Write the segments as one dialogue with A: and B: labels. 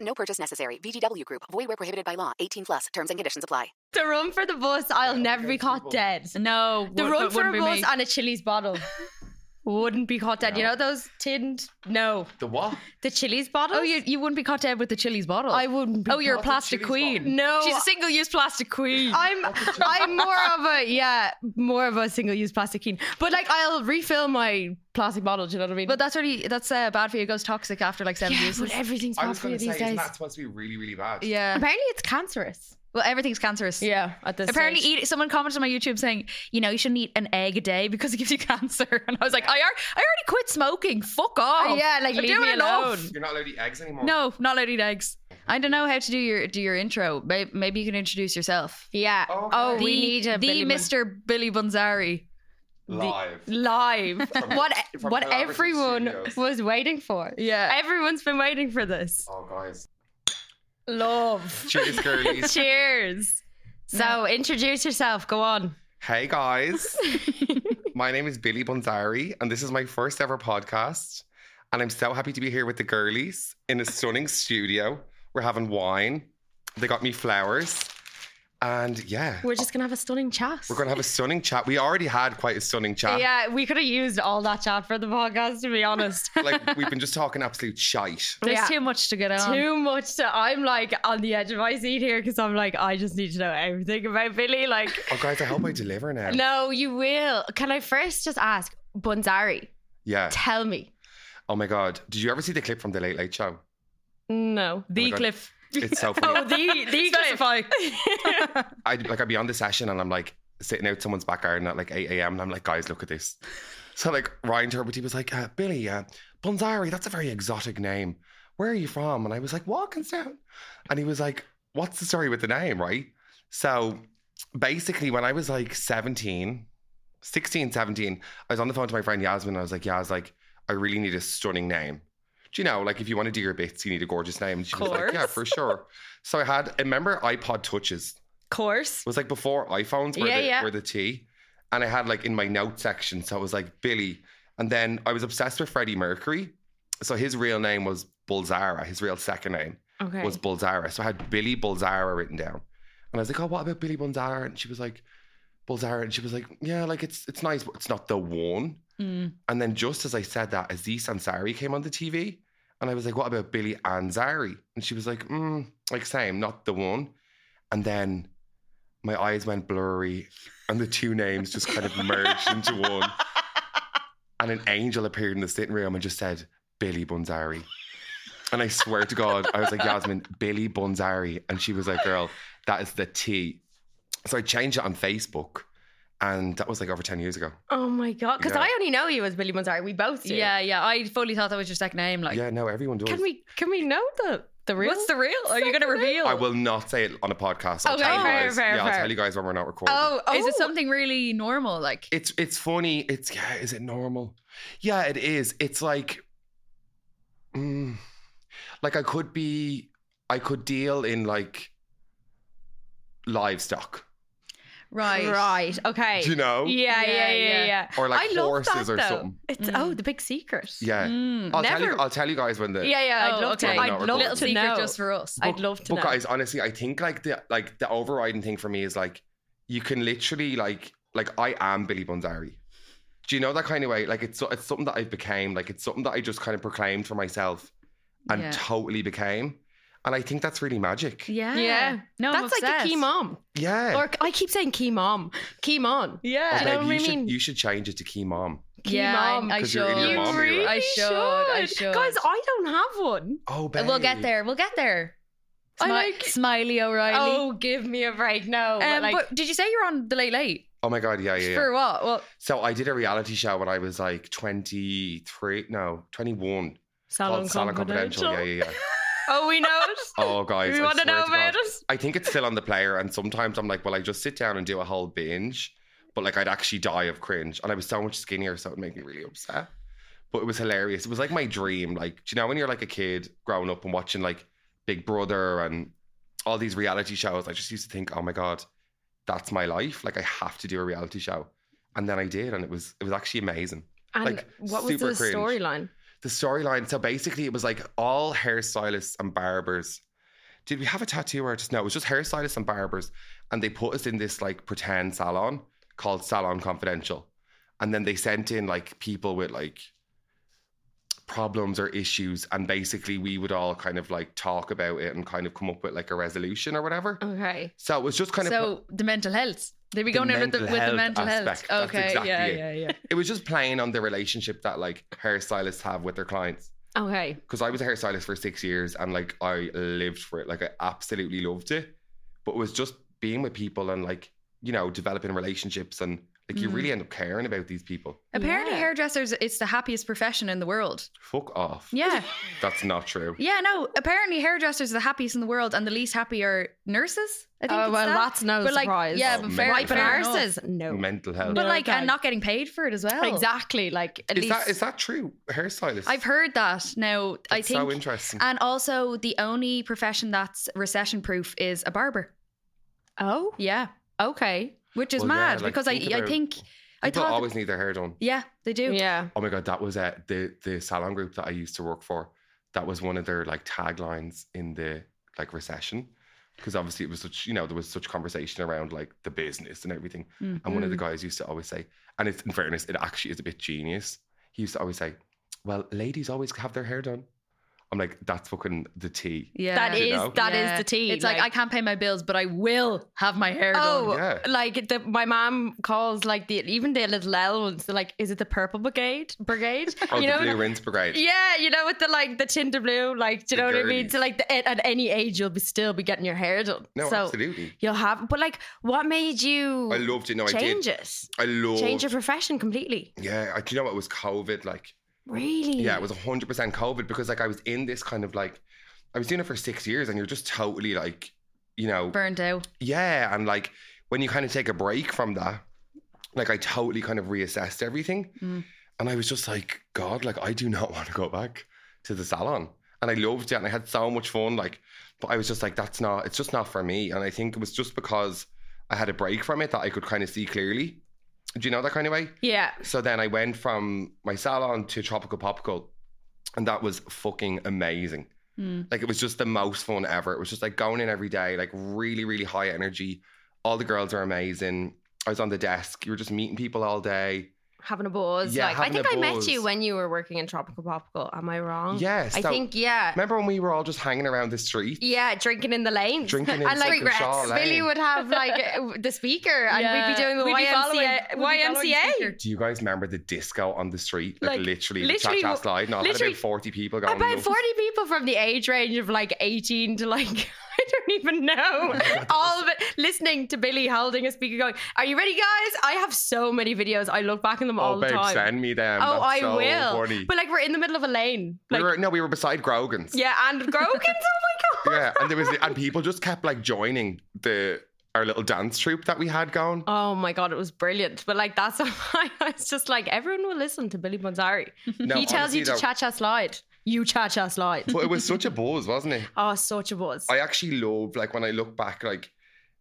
A: No purchase necessary. VGW Group. Void where prohibited by law. 18 plus. Terms and conditions apply.
B: The room for the bus, I'll never be caught dead.
C: No,
B: The
C: would-
B: room
C: that
B: for
C: wouldn't
B: a
C: be
B: bus
C: me.
B: and a Chili's bottle wouldn't be caught dead. You know those tinned? No,
D: The what?
B: the Chili's bottle.
C: Oh, you, you wouldn't be caught dead with the chilies bottle.
B: I wouldn't. Be
C: oh, you're a
B: caught-
C: plastic
D: Chili's
C: queen.
D: bottle.
B: No,
C: She's a single-use plastic queen.
B: I'm I'm more of a yeah, more of a single use plastic keen. But like I'll refill my plastic bottle. Do you know what I mean?
C: but that's really that's uh, bad for you. It goes toxic after like seven
B: yeah,
C: years.
B: but everything's
D: I
B: bad
D: was
B: for
D: going
B: you
D: to say,
B: these
D: isn't
B: days.
D: that supposed to be really, really bad?
C: yeah.
B: Apparently, it's cancerous. e-
C: Well, everything's cancerous.
B: Yeah, at this
C: Apparently,
B: stage.
C: eat, someone commented on my YouTube saying, you know, you shouldn't eat an egg a day because it gives you cancer. And I was like, I, ar- I already quit smoking. Fuck off.
B: Oh, yeah, like
C: I'm
B: leave
C: doing
B: me
C: enough.
B: alone.
D: You're not allowed to eat eggs anymore.
C: No, not loaded eggs. I don't know how to do your do your intro. Maybe, maybe you can introduce yourself.
B: Yeah.
D: Oh,
B: Oh,
D: right.
B: we need a
C: the
B: Billy Mon-
C: Mr. Billy Bunzari.
D: Live.
B: live.
D: From-
B: what
D: from
B: what
D: collaborative
B: everyone
D: studios.
B: was waiting for.
C: Yeah.
B: Everyone's been waiting for this.
D: Oh, guys.
B: Love.
D: Cheers, girlies.
B: Cheers. So introduce yourself. Go on.
D: hey, guys. my name is Billy Bonzari, and this is my first ever podcast. And I'm so happy to be here with the girlies in a stunning studio. We're having wine. They got me flowers. And yeah,
B: We're just gonna have a stunning chat.
D: we're going to have a stunning chat. We already had quite a stunning chat.
B: yeah, we could have used all that chat for the podcast, to be honest.
D: Like, we've been just talking absolute shite.
C: There's
B: Yeah.
C: too much to get on.
B: Too much to. I'm like on the edge of my seat here because I'm like, I just need to know everything about Billy. Like,
D: Oh, guys, I hope I deliver now.
B: no, you will. Can I first just ask, Bunzari,
D: Yeah.
B: tell me.
D: Oh, my God. Did you ever see the clip from The Late Late Show?
B: No.
D: Oh my
C: the
D: God.
C: cliff.
D: It's so funny.
B: Oh, the, the
C: Specify.
D: I like I'd be on the session and I'm like sitting out someone's back garden at like 8 a.m. and I'm like, guys, look at this. So like Ryan Turberty was like, uh, Billy, uh, Bonzari, that's a very exotic name. Where are you from? And I was like, Walkinstown. And he was like, What's the story with the name, right? So basically, when I was like 17, 16, 17, I was on the phone to my friend Yasmin and I was like, Yas, like, I really need a stunning name. Do you know, like, if you want to do your bits, you need a gorgeous name. And she was like, Yeah, for sure. So I had, remember iPod Touches?
B: course.
D: It was like before iPhones were,
B: Yeah,
D: the,
B: yeah.
D: were the T. And I had like in my note section, so it was like Billy. And then I was obsessed with Freddie Mercury. So his real name was Bulzara. His real second name
B: Okay.
D: was Bulzara. So I had Billy Bulzara written down. And I was like, oh, what about Billy Bulzara? And she was like, Bulzara. And she was like, yeah, like it's it's nice, but it's not the one.
B: Hmm.
C: Mm.
D: And then just as I said that, Aziz Ansari came on the TV. And I was like, what about Billy Ansari? And she was like, mm, like same, not the one. And then my eyes went blurry and the two names just kind of merged into one. And an angel appeared in the sitting room and just said, Billy Bunzari. And I swear to God, I was like, Yasmin, Billy Bunzari. And she was like, girl, that is the T. So I changed it on Facebook. And that was like over 10 years ago.
B: Oh my god! Because
D: Yeah.
B: I only know you as Billy Manzari. We both do.
C: Yeah, yeah. I fully thought that was your second name. Like,
D: yeah, no, everyone does.
B: Can we can we know the the real?
C: what's the real? Are you going to
B: Second name?
C: reveal?
D: I will not say it on a podcast. I'll
B: Okay,
D: tell you
B: fair,
D: guys.
B: fair,
D: yeah,
B: fair.
D: I'll tell you guys when we're not recording.
B: Oh, oh,
C: Is it something really normal? Like,
D: It's it's funny. It's yeah, is it normal? Yeah, it is. It's like mm, like I could be I could deal in like livestock.
C: right.
B: Right. Okay.
D: Do you know?
B: Yeah, yeah, yeah,
C: Yeah,
B: yeah.
C: yeah.
D: Or like
B: I love
D: horses
B: that,
D: or
B: though.
D: something.
B: It's
C: Mm.
B: oh, the big secret.
D: Yeah.
C: Mm.
D: I'll tell you
B: never-
D: I'll tell you guys when the
B: yeah, yeah. I'd
C: Oh,
B: love
C: okay.
B: to.
D: No,
B: I'd
D: we're
B: love
D: both-
C: Little
B: to
C: secret
B: know.
C: just for us.
B: I'd love to
D: But
B: know.
D: guys, honestly, I think like the like the overriding thing for me is like you can literally like like I am Billy Bunzari. Do you know that kind of way? Like it's so- it's something that I became. Like it's something that I just kind of proclaimed for myself and
C: Yeah.
D: totally became. And I think that's really magic.
C: yeah.
B: Yeah.
C: No, I'm
B: That's like a key
C: obsessed.
B: mom.
D: Yeah.
B: Or I keep saying key mom. Key mom.
D: Oh,
B: do
C: Yeah.
B: you know
D: babe,
B: what I
D: you should
B: mean?
D: you should change it to key mom.
B: Key
C: yeah,
B: mom.
C: I, I
D: 'Cause
C: should.
D: you're in your
B: you
D: mom, you're
B: really
D: right.
C: I should. I should.
B: Guys, I don't have one.
D: Oh, babe.
C: We'll get there. We'll get there.
B: I
C: Smi-
B: like-
C: Smiley O'Reilly.
B: Oh, give me a break. No.
C: um,
B: like,
C: but did you say you're on the late late
D: Oh my god, yeah, yeah, yeah.
C: for what? Well,
D: So I did a reality show when I was like twenty three, no, twenty one.
B: salon
D: called Salon Confidential. Yeah, yeah, yeah.
B: Oh, we know it.
D: Oh, guys.
B: we
D: I
B: want to
D: swear
B: know
D: to
B: about
D: God.
B: it.
D: I think it's still on the player, and sometimes I'm like, well, I just sit down and do a whole binge, but like I'd actually die of cringe, and I was so much skinnier, so it made me really upset. But it was hilarious. It was like my dream. Like, do you know when you're like a kid growing up and watching like Big Brother and all these reality shows? I just used to think, oh my god, that's my life. Like I have to do a reality show, and then I did, and it was it was actually amazing.
B: And
D: Like,
B: what was
D: super
B: the
D: cringe.
B: storyline?
D: the storyline. So basically, it was like all hairstylists and barbers. Did we have a tattoo artist? No, it was just hairstylists and barbers. And they put us in this like pretend salon called Salon Confidential. And then they sent in like people with like problems or issues. And basically, we would all kind of like talk about it and kind of come up with like a resolution or whatever.
B: Okay.
D: So it was just kind of.
C: so the mental health. Did we
D: The
C: go in there with the,
D: mental
C: with the
D: health
C: mental health?
D: aspect, that's
C: okay,
D: exactly
C: yeah,
D: it.
C: yeah, yeah.
D: It was just playing on the relationship that like hairstylists have with their clients.
B: Okay.
D: because I was a hairstylist for six years and like I lived for it. Like I absolutely loved it. But it was just being with people and like, you know, developing relationships and like you
C: Mm.
D: really end up caring about these people.
C: Apparently,
B: Yeah.
C: hairdressers it's the happiest profession in the world.
D: Fuck off.
C: Yeah,
D: That's not true.
C: yeah, no. Apparently, hairdressers are the happiest in the world, and the least happy are nurses. I think.
B: Oh,
C: it's
B: well,
C: that.
B: that's no
C: but like,
B: surprise.
C: Yeah,
D: Oh,
C: but
D: man.
C: fair,
D: Ripe
B: Ripe and
D: and
C: fair enough.
B: arses? No.
D: Mental health.
C: But
B: No,
C: like,
B: God.
C: and not getting paid for it as well.
B: Exactly. Like at
D: is
B: least
D: that is that true? Hairstylist.
C: I've heard that. Now, I
D: That's
C: think.
D: so interesting.
C: and also, the only profession that's recession proof is a barber.
B: Oh,
C: Yeah,
B: okay.
C: which is
D: Well, yeah,
C: mad
D: like,
C: because
D: think
C: I, I
D: about-
C: think I
D: people
C: thought.
D: always need their hair done.
C: yeah, they do.
B: Yeah.
D: Oh my god, that was uh, the the salon group that I used to work for. That was one of their like taglines in the like recession, because obviously it was such you know there was such conversation around like the business and everything.
C: Mm.
D: And one of the guys used to always say, and it's in fairness, it actually is a bit genius. He used to always say, "Well, ladies always have their hair done." I'm like, that's fucking the tea.
C: Yeah.
B: That
D: You
B: is
D: know?
B: that is
C: Yeah.
B: the tea.
C: It's like, I can't pay my bills, but I will have my hair
B: Oh,
C: done.
D: Yeah.
B: like the, my mom calls like the even the little L ones. They're like, is it the purple brigade? Brigade?
D: Or
B: you
D: Oh, the
B: know,
D: blue rinse brigade.
B: yeah, you know, with the like the tinder blue, like do you
D: The
B: know what I mean?
D: girlies.
B: So like the, at, at any age, you'll be still be getting your hair done.
D: No,
B: so
D: absolutely.
B: you'll have, but like, what made you
D: I loved it. No, I
B: change
D: did.
B: it?
D: I loved.
B: Change your profession completely.
D: yeah, I, do you know what it was COVID like?
B: Really?
D: Yeah, it was 100% COVID because like I was in this kind of like, I was doing it for six years and you're just totally like, you know,
C: Burned out.
D: yeah. And like when you kind of take a break from that, like I totally kind of reassessed everything.
C: Mm.
D: And I was just like, God, like I do not want to go back to the salon. And I loved it and I had so much fun. Like, but I was just like, that's not, it's just not for me. And I think it was just because I had a break from it that I could kind of see clearly. Do you know that kind of way?
B: Yeah.
D: So then I went from my salon to Tropical Popical, and that was fucking amazing.
C: Mm.
D: Like it was just the most fun ever. It was just like going in every day, like really, really high energy. All the girls are amazing. I was on the desk. You were just meeting people all day.
B: Having a buzz.
D: Yeah,
B: like I
D: having a
B: think I met you
D: buzz.
B: when you were working in Tropical Popical. Am I wrong?
D: Yeah. So
B: I think yeah.
D: remember when we were all just hanging around the street?
B: Yeah, drinking in the lanes.
D: Drinking in
B: and like
D: fucking Shaw Lane.
B: Billy would have like uh, the speaker, and we'd be
C: Yeah.
B: doing the
C: We'd be following-
B: YMCA.
C: we'd be following the
B: YMCA.
C: speaker.
D: Do you guys remember the disco on the street? Like,
C: Like,
D: literally,
C: literally
D: the cha cha
C: what-
D: slide. And all had
C: literally-
D: about 40 people going.
B: About
D: nuts.
B: forty people from the age range of like eighteen to like I don't even know. All of it listening to Billy holding a speaker, going, "Are you ready, guys?" I have so many videos. I look back on them all
D: Oh,
B: the
D: babe,
B: time.
D: send me them.
B: oh,
D: That's
B: I
D: so
B: will.
D: funny.
B: But like we're in the middle of a lane.
D: we
B: Like
D: were, no, we were beside Grogan's.
B: yeah, and Grokins. oh my god.
D: yeah, and there was and people just kept like joining the our little dance troupe that we had going.
B: Oh my god, it was brilliant. But like that's why I was just like everyone will listen to Billy Bonzari.
D: No,
B: he tells
D: honestly,
B: you to
D: though-
B: cha cha slide. You cha cha slide.
D: But it was such a buzz, wasn't it?
B: oh, such a buzz.
D: I actually love like when I look back, like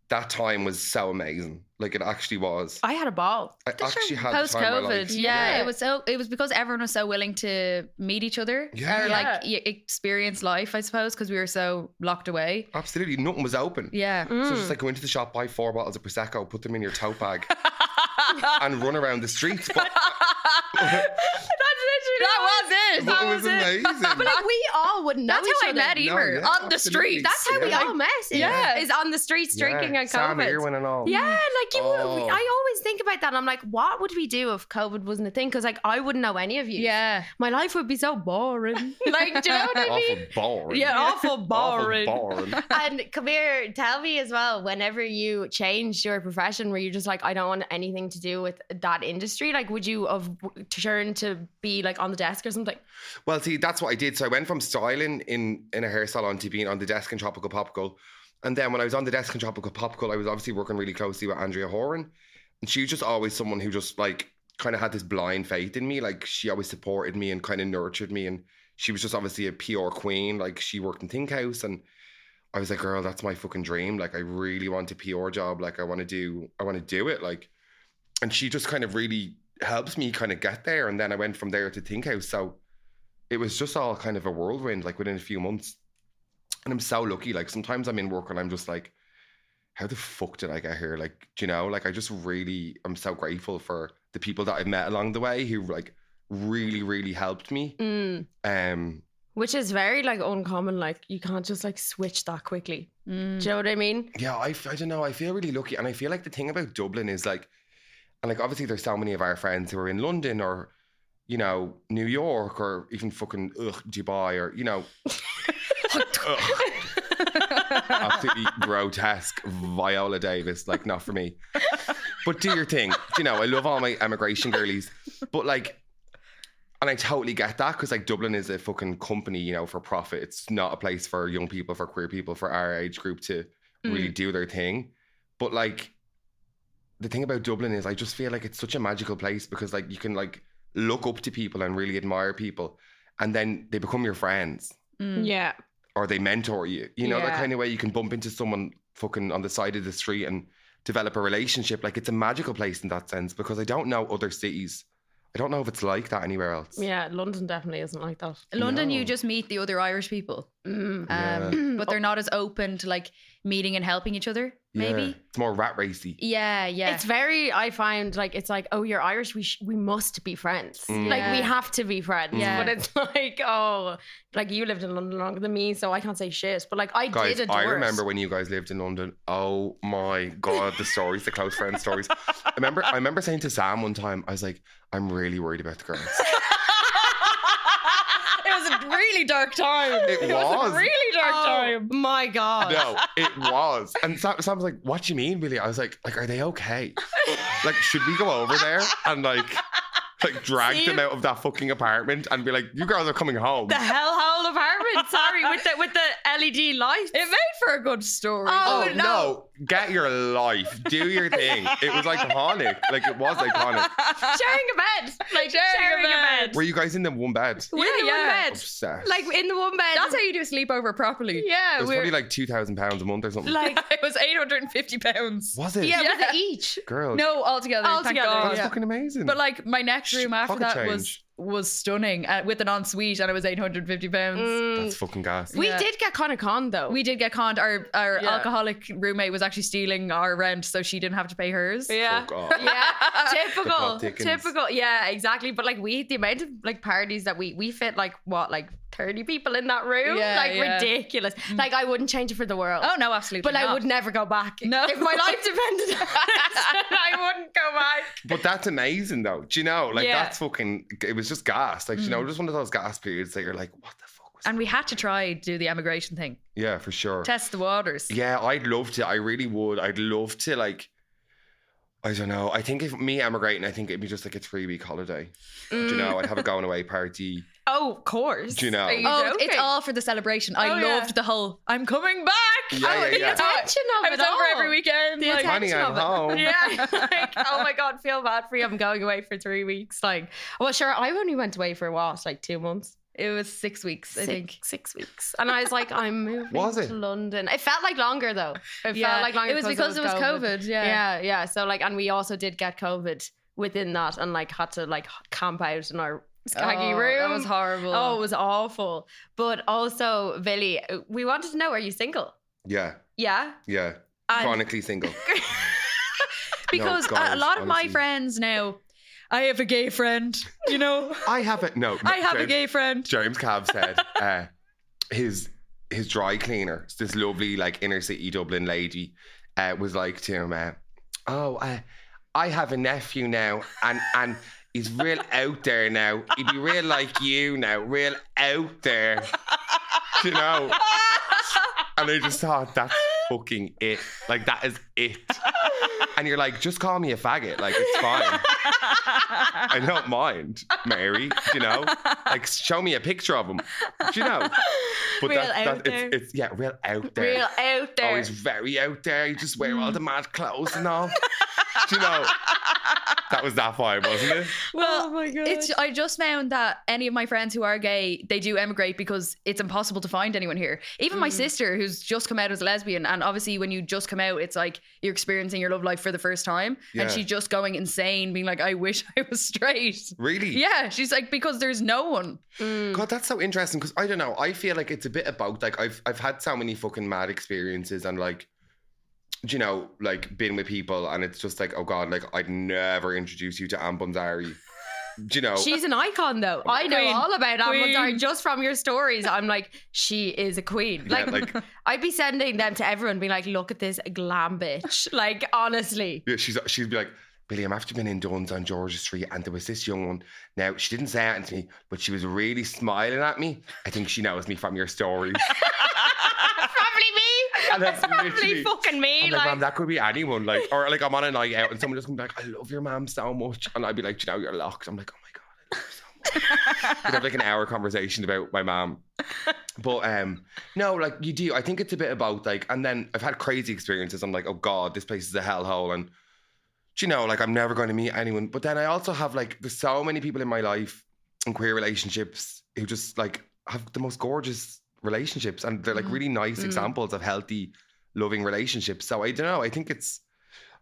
D: that time was so amazing. Like it actually was.
B: I had a ball.
D: I actually had the
C: Post
D: time of my
C: COVID,
D: life.
C: yeah,
B: Yeah.
C: it was so. It was because everyone was so willing to meet each other
D: Yeah.
C: or like
B: Yeah.
C: y- experience life, I suppose, because we were so locked away.
D: Absolutely, nothing was open.
C: Yeah,
B: Mm.
D: So just like go into the shop, buy four bottles of prosecco, put them in your tote bag, and run around the streets. But,
C: that was it.
D: but it was amazing.
B: But like we all would know.
C: That's
B: each
C: how I
B: other.
C: met Emer
D: No, yeah,
C: on the
D: absolutely.
C: street.
B: That's how we
D: Yeah.
B: all met. Is,
D: Yeah.
B: is on the streets drinking
D: yeah.
B: and
D: Sam
B: COVID.
D: Irwin and all.
B: Yeah, like you. would
D: Oh.
B: I always think about that. And I'm like, what would we do if COVID wasn't a thing? Because like I wouldn't know any of you.
C: yeah,
B: my life would be so boring. like, do you know what I
D: Awful
B: mean?
D: boring.
B: Yeah, awful
D: Awful
B: boring.
D: boring.
B: And Kabir, tell me as well, whenever you changed your profession, were you just like, I don't want anything to do with that industry? Like, would you have w- turned to be like on the desk or something?
D: Well, see, that's what I did. So I went from styling in in a hair salon to being on the desk in Tropical Popsicle. And then when I was on the desk in Tropical Popsicle, I was obviously working really closely with Andrea Horan. And she was just always someone who just like kind of had this blind faith in me. Like she always supported me and kind of nurtured me. And she was just obviously a PR queen. Like she worked in Think House and I was like, girl, that's my fucking dream. Like I really want a PR job. Like I want to do, I want to do it. Like, and she just kind of really helps me kind of get there. And then I went from there to Think House. So it was just all kind of a whirlwind, like within a few months. And I'm so lucky. Like sometimes I'm in work and I'm just like, how the fuck did I get here? Like, do you know, like I just really, I'm so grateful for the people that I've met along the way who like really, really helped me.
B: Mm.
D: Um,
B: Which is very like uncommon. Like you can't just like switch that quickly. Do
C: Mm.
B: you know what I mean?
D: Yeah, I, f- I don't know. I feel really lucky. And I feel like the thing about Dublin is like, and like obviously there's so many of our friends who are in London or, you know, New York or even fucking ugh, Dubai or, you know, ugh, absolutely grotesque Viola Davis. Like, not for me. But do your thing. You know, I love all my emigration girlies. But like, and I totally get that because like Dublin is a fucking company, you know, for profit. It's not a place for young people, for queer people, for our age group to really do their thing. But like the thing about Dublin is I just feel like it's such a magical place because like you can like look up to people and really admire people and then they become your friends
C: Mm.
B: Yeah.
D: or they mentor you. You know, that
B: Yeah.
D: kind of way you can bump into someone fucking on the side of the street and develop a relationship. Like it's a magical place in that sense because I don't know other cities. I don't know if it's like that anywhere else.
B: Yeah. London definitely isn't like that.
C: London, you
D: No.
C: just meet the other Irish people,
B: Mm.
D: Yeah.
C: um, but they're not as open to like meeting and helping each other. Maybe.
D: Yeah. It's more rat racy.
C: Yeah, yeah.
B: It's very. I find like it's like oh you're Irish we sh- we must be friends
D: Mm.
B: like we
C: Yeah.
B: have to be friends
C: Yeah.
B: but it's like oh like you lived in London longer than me so I can't say shit but like I
D: Guys,
B: did adore
D: I
B: it.
D: remember when you guys lived in London. Oh my god, the stories, the close friend stories. I remember I remember saying to Sam one time, I was like, I'm really worried about the girls.
C: it was a really dark time.
D: It was.
C: dark
B: oh my god
D: No, it was. And Sam, Sam was like, What do you mean, Willie? I was like, like, are they okay? like, should we go over there and like like drag
B: See?
D: them out of that fucking apartment and be like, You girls are coming home.
B: the hellhole apartment sorry with the with the LED lights
C: It made for a good story.
B: Oh,
D: no. Get your life. Do your thing. It was iconic. Like it was iconic.
B: sharing a bed like sharing, a bed,
D: Were you guys in the one bed?
B: We're in the
C: Yeah, yeah.
B: one bed
D: Obsessed.
B: like in the one bed
C: That's how you do a sleepover properly.
B: yeah
D: it was
B: we
D: probably
B: were
D: like two thousand pounds a month or something.
B: like
C: it was 850 pounds.
D: was it?
B: yeah, was
C: Yeah.
B: it each
D: Girl.
C: No, altogether.
B: Altogether,
C: thank God.
D: That's fucking amazing.
C: But like my next room after
D: Pocket
C: that was was stunning uh, with an ensuite, and it was 850 pounds.
D: that's fucking gas.
B: we
C: Mm. Yeah.
B: did get kind of con though
C: We did get conned. Our our
B: Yeah.
C: alcoholic roommate was actually stealing our rent, so she didn't have to pay hers.
B: yeah
D: Fuck off.
B: yeah
D: The Bob
B: typical
D: Dickens.
B: typical yeah exactly but like we the amount of like parties that we we fit like what like 30 people in that room
C: Yeah,
B: like
C: yeah. Mm.
B: ridiculous like i wouldn't change it for the world
C: Oh no, absolutely.
B: but i would never go back
C: No.
B: if my life depended on it i wouldn't go back
D: But that's amazing though. Do you know? Like
B: Yeah.
D: that's fucking it was just gas. Like, you
C: Mm.
D: know, just one of those gas periods that you're like, what the fuck was
C: And we had to try do the emigration thing,
D: that? Yeah, for sure.
C: test the waters.
D: Yeah, I'd love to. I really would. I'd love to like I don't know. I think if me emigrating, I think it'd be just like a three week holiday. Do you know? I'd
C: Mm.
D: have a going away party.
B: Mm. oh of course
D: Do you know?
B: Are you
C: Oh,
B: joking?
C: it's all for the celebration. I
B: Oh, yeah.
C: loved the whole "I'm coming back."
D: Yeah,
C: I
D: yeah,
C: was-
D: yeah.
B: attention of
C: I was
B: it
C: over
B: all.
C: every weekend.
B: the
C: like-
D: Honey,
B: attention of
D: I'm
B: it.
D: home.
B: Yeah, like oh my god, feel bad for you. I'm going away for three weeks. Like, well, sure, I only went away for a while, it's like two months.
C: it was six weeks, I think.
B: six weeks. And I was like, I'm moving
D: Was it?
B: to London. It felt like longer though. It felt like longer.
C: it was because it was COVID. yeah.
B: Yeah. yeah, So like, and we also did get COVID within that, and like had to like h- camp out in our skaggy
C: Oh,
B: room.
C: That was horrible.
B: Oh, it was awful. But also, Billy, we wanted to know: Are you single?
D: Yeah,
B: Yeah.
D: yeah.
B: And-
D: Chronically single.
C: because
D: No, guys,
C: a lot of my
D: honestly.
C: friends now, I have a gay friend. You know,
D: I have it. No,
C: I have a
D: James-
C: gay friend.
D: James Cav said uh, his his dry cleaner, this lovely like inner city Dublin lady, uh, was like to him, uh, "Oh, uh, I have a nephew now, and and he's real out there now. He'd be real like you now, real out there, you know." And I just thought that's fucking it. Like that is it. and you're like, just call me a faggot. Like, it's fine. I don't mind, Mary. You know, like, show me a picture of him. You know, but
B: Real
D: that,
B: out
D: that,
B: there.
D: it's, it's yeah, real out there.
B: Real out there.
D: Always very out there. You just wear all the mad clothes and all. Do you know, that was that vibe, wasn't it?
C: Well,
B: Oh my God.
C: It's, I just found that any of my friends who are gay, they do emigrate because it's impossible to find anyone here. Even my sister, who's just come out as a lesbian, and obviously when you just come out, it's like you're experiencing your love life for the first time,
D: Yeah.
C: and she's just going insane, being like, "I wish I was straight."
D: Really?
C: Yeah, she's like, because there's no one.
D: God, that's so interesting because I don't know. I feel like it's a bit about like I've I've had so many fucking mad experiences and like, do you know, like been with people and it's just like, oh god, like I'd never introduce you to Anne Bunzari. Do you know?
B: She's an icon, though. I know
C: Queen.
B: all about
C: Queen.
B: Amundar just from your stories. I'm like, she is a queen.
D: Yeah,
B: Like,
D: like-
B: I'd be sending them to everyone, being like, look at this glam bitch. Like, honestly.
D: Yeah, she's she'd be like, William, after being in Dunn's on Georgia Street, and there was this young one. Now she didn't say anything to me, but she was really smiling at me. I think she knows me from your stories.
B: Probably me.
D: And that's
B: Probably
D: literally-
B: fucking me.
D: I'm like,
B: Like,
D: Mom, that could be anyone. Like, or like I'm on a night out and someone just comes like, I love your mom so much. And I'd be like, "Do you know, you're locked. I'm like, oh my God, I love you so much. We'd have like an hour conversation about my mom. But um, no, like you do. I think it's a bit about like, and then I've had crazy experiences. I'm like, oh God, this place is a hellhole. And do you know, like I'm never going to meet anyone. But then I also have like, there's so many people in my life in queer relationships who just like have the most gorgeous relationships and they're like really nice examples of healthy loving relationships. So I don't know. I think it's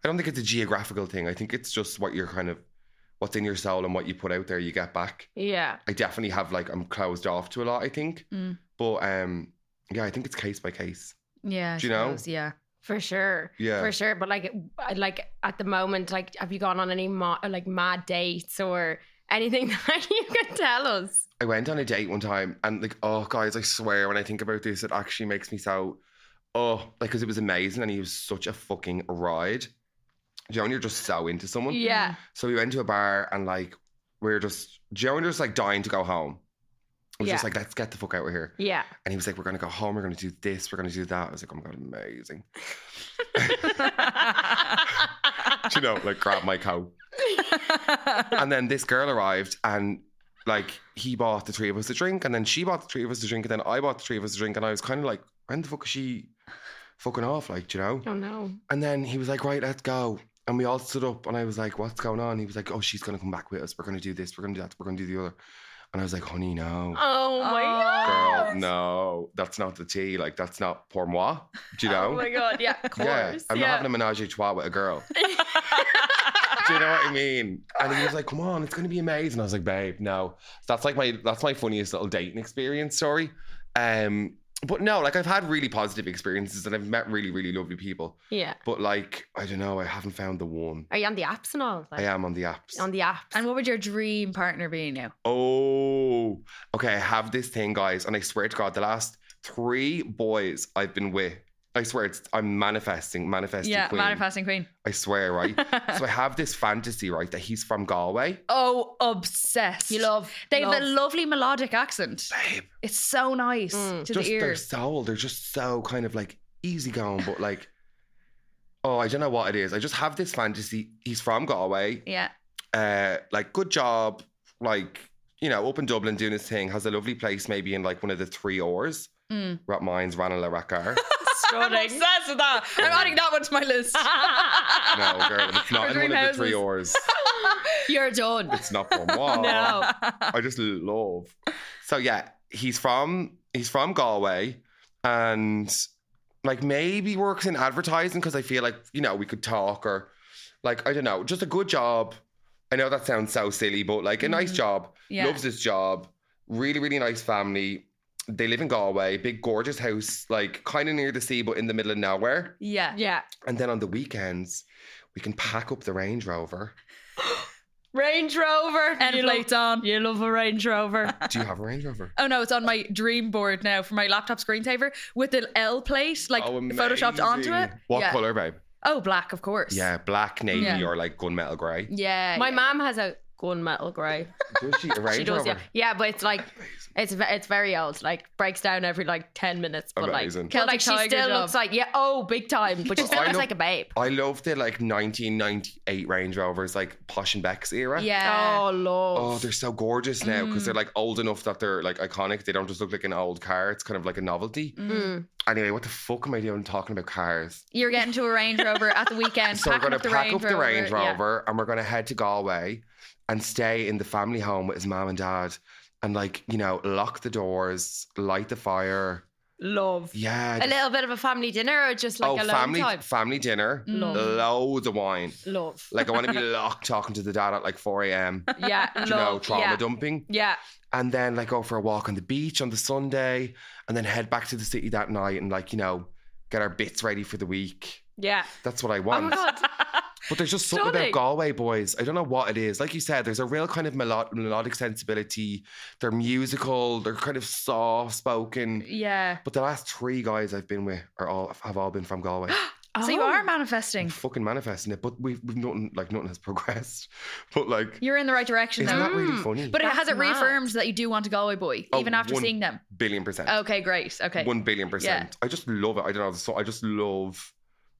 D: I don't think it's a geographical thing. I think it's just what you're kind of what's in your soul and what you put out there you get back.
B: yeah.
D: I definitely have like I'm closed off to a lot, I think.
C: Mm.
D: But um yeah, I think it's case by case.
C: Yeah, I
D: Do you know?
C: suppose, Yeah.
B: For sure.
D: Yeah.
B: For sure. But like, it- like at the moment, like, have you gone on any mo- like mad dates or anything that you can tell us?
D: I went on a date one time and like, oh guys, I swear when I think about this, it actually makes me so oh, like because it was amazing and he was such a fucking ride. Do you know, when you're just so into someone.
C: Mm.
B: Yeah.
D: So we went to a bar and like we were just Joe and I was like dying to go home. It was just
B: Yeah.
D: like, let's get the fuck out of here.
B: Yeah.
D: And he was like, We're gonna go home, we're gonna do this, we're gonna do that. I was like, Oh my god, amazing. Do you know, like grab my coat. and then this girl arrived and like he bought the three of us a drink, and then she bought the three of us a drink, and then I bought the three of us a drink, and I was kind of like, When the fuck is she fucking off? Like, do you know?
B: Oh no.
D: And then he was like, right, let's go. And we all stood up and I was like, what's going on? He was like, oh, she's going to come back with us. We're going to do this. We're going to do that. We're going to do the other. And I was like, honey, no.
B: Oh my
C: Oh.
B: god.
D: Girl, no. That's not the tea. Like, that's not pour moi. Do you know?
B: Oh my god. Yeah. Of course.
D: yeah. I'm not having a menage a trois with a girl. do you know what I mean? And he was like, come on, it's going to be amazing. I was like, babe, no. That's like my, that's my funniest little dating experience story. Um, but no, like I've had really positive experiences and I've met really, really lovely people.
B: yeah.
D: But like, I don't know, I haven't found the one.
B: Are you on the apps and all?
D: I am on the apps.
B: On the apps.
C: And what would your dream partner be now?
D: oh, okay. I have this thing, guys, and I swear to God, the last three boys I've been with, I swear it's I'm manifesting, manifesting.
C: yeah,
D: queen.
C: manifesting queen.
D: I swear, right? so I have this fantasy, right, that he's from Galway.
C: Oh, obsessed.
B: You love-
C: They
B: love.
C: have a lovely melodic accent.
D: Babe,
C: It's so nice
B: Mm.
C: to
D: just
C: the
D: their
C: ears.
D: soul, they're just so kind of like easygoing, but like, oh, I don't know what it is. I just have this fantasy. He's from Galway.
C: Yeah.
D: uh, like good job, like you know, up in Dublin doing his thing, has a lovely place maybe in like one of the three oars.
C: Mm.
D: Rat mines, Ranelagh, Rackar.
B: stunning.
C: obsessed with that. I'm adding that one to my list.
D: No, girl, it's not in
C: Three
D: one of the three
C: houses.
D: oars.
B: You're done.
D: It's not for moi.
B: No.
D: I just love. So yeah, he's from he's from Galway, and like maybe works in advertising because I feel like you know we could talk or like I don't know, just a good job. I know that sounds so silly, but like a nice job.
C: Mm-hmm. Yeah.
D: Loves his job. Really, really nice family. They live in Galway, big gorgeous house, like kind of near the sea, but in the middle of nowhere.
C: yeah.
B: Yeah.
D: And then on the weekends, we can pack up the Range Rover.
B: Range Rover.
C: And
B: you
C: plates
B: love,
C: on.
B: You love a Range Rover.
D: Do you have a Range Rover?
C: Oh no, it's on my dream board now for my laptop screensaver with an L plate, like photoshopped onto it.
D: Oh, amazing. What
C: yeah.
D: color, babe?
C: Oh, black, of course.
D: Yeah, black, navy,
C: Yeah.
D: or like gunmetal grey.
C: Yeah.
B: My
C: yeah.
B: mom has a gun metal grey.
D: Does she? A Range
B: She does, yeah,
D: Rover?
B: yeah, but it's like it's ve- it's very old. Like breaks down every like ten minutes, but
D: Amazing.
B: like, but, like
C: Celtic
B: she
C: Tiger
B: still
C: job.
B: looks like yeah, oh, big time. But she still
D: I
B: looks
D: know-
B: like a babe.
D: I love the like 1998 Range Rovers, like Posh and Beck's era.
C: Yeah.
B: Oh lord.
D: Oh, they're so gorgeous now because they're like old enough that they're like iconic. They don't just look like an old car. It's kind of like a novelty.
B: Mm.
D: Anyway, what the fuck am I doing talking about cars?
C: You're getting to a Range Rover at the weekend.
D: So we're
C: packing
D: going to
C: up the
D: pack
C: Range
D: up the Range
C: Rover. Yeah.
D: Rover and we're going to head to Galway and stay in the family home with his mom and dad and like, you know, lock the doors, light the fire.
B: love.
D: Yeah.
B: A
D: just-
B: little bit of a family dinner or just like a
D: oh,
B: long
D: family
B: time. Mm.
D: family dinner.
C: Mm.
B: Love.
D: Loads of wine.
B: love.
D: Like I want to be locked talking to the dad at like 4 a.m.
B: yeah,
D: You
B: love.
D: know, trauma
B: yeah.
D: dumping.
B: yeah.
D: And then like go for a walk on the beach on the Sunday and then head back to the city that night and like, you know, get our bits ready for the week.
B: Yeah.
D: That's what I
B: Oh
D: want.
B: my god.
D: But there's just something about
B: Stunning.
D: Galway boys. I don't know what it is. Like you said, there's a real kind of melo- melodic sensibility. They're musical. They're kind of soft spoken.
C: Yeah.
D: But the last three guys I've been with are all have all been from Galway.
C: So you
B: Oh.
C: are
D: I'm
C: manifesting.
D: fucking manifesting it. But we've, we've nothing like nothing has progressed. But like,
C: You're in the right direction
D: isn't
C: though.
D: that really funny?
C: But it
B: Mm. That's
C: has it
B: mad.
C: reaffirmed that you do want a Galway boy,
D: Oh,
C: even after
D: one-
C: seeing them.
D: billion percent.
C: Okay, great. Oh, Okay.
D: One billion percent. I just love it. I don't know. So I just love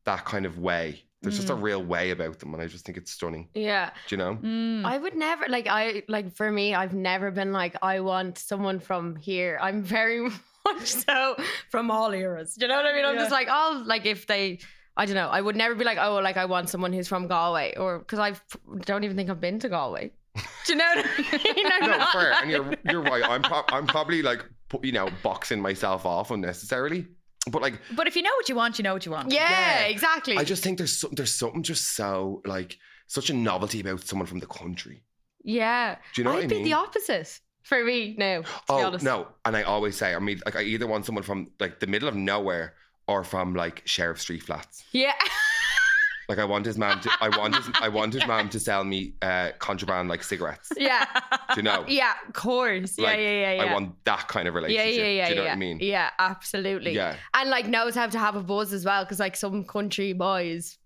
D: that kind of way. There's just a real way about them, and I just think it's stunning.
B: Yeah.
D: Do you know?
C: Mm.
B: I would never like I like for me, I've never been like I want someone from here. I'm very much so from all eras. You know what I mean? I'm just like all like if they. I don't know. I would never be like, oh, like I want someone who's from Galway, or because I don't even think I've been to Galway. Do you know? What I mean? I'm
D: No,
B: not
D: fair.
B: like-
D: And you're you're right. I'm pro- I'm probably like pu- you know boxing myself off unnecessarily, but like
C: But if you know what you want, you know what you want.
B: yeah,
D: Yeah.
B: exactly.
D: I just think there's so, there's something just so like such a novelty about someone from the country.
B: yeah.
D: Do you know
B: I'd
D: what I
B: be the
D: mean?
B: opposite for me now. To be
D: oh
B: honest.
D: no, and I always say I mean like I either want someone from like the middle of nowhere or from like Sheriff Street flats.
B: Yeah.
D: Like I want his mom to I want his I want his mom to sell me uh, contraband like cigarettes. Do
B: Yeah.
D: you know?
B: Yeah. Of course.
D: Like,
B: yeah. Yeah. Yeah. Yeah.
D: I want that kind of
B: yeah,
D: relationship.
B: yeah, yeah,
D: Do you know
B: yeah.
D: what I mean?
B: Yeah, absolutely.
D: Yeah.
B: And like knows how to have a buzz as well, because like some country boys,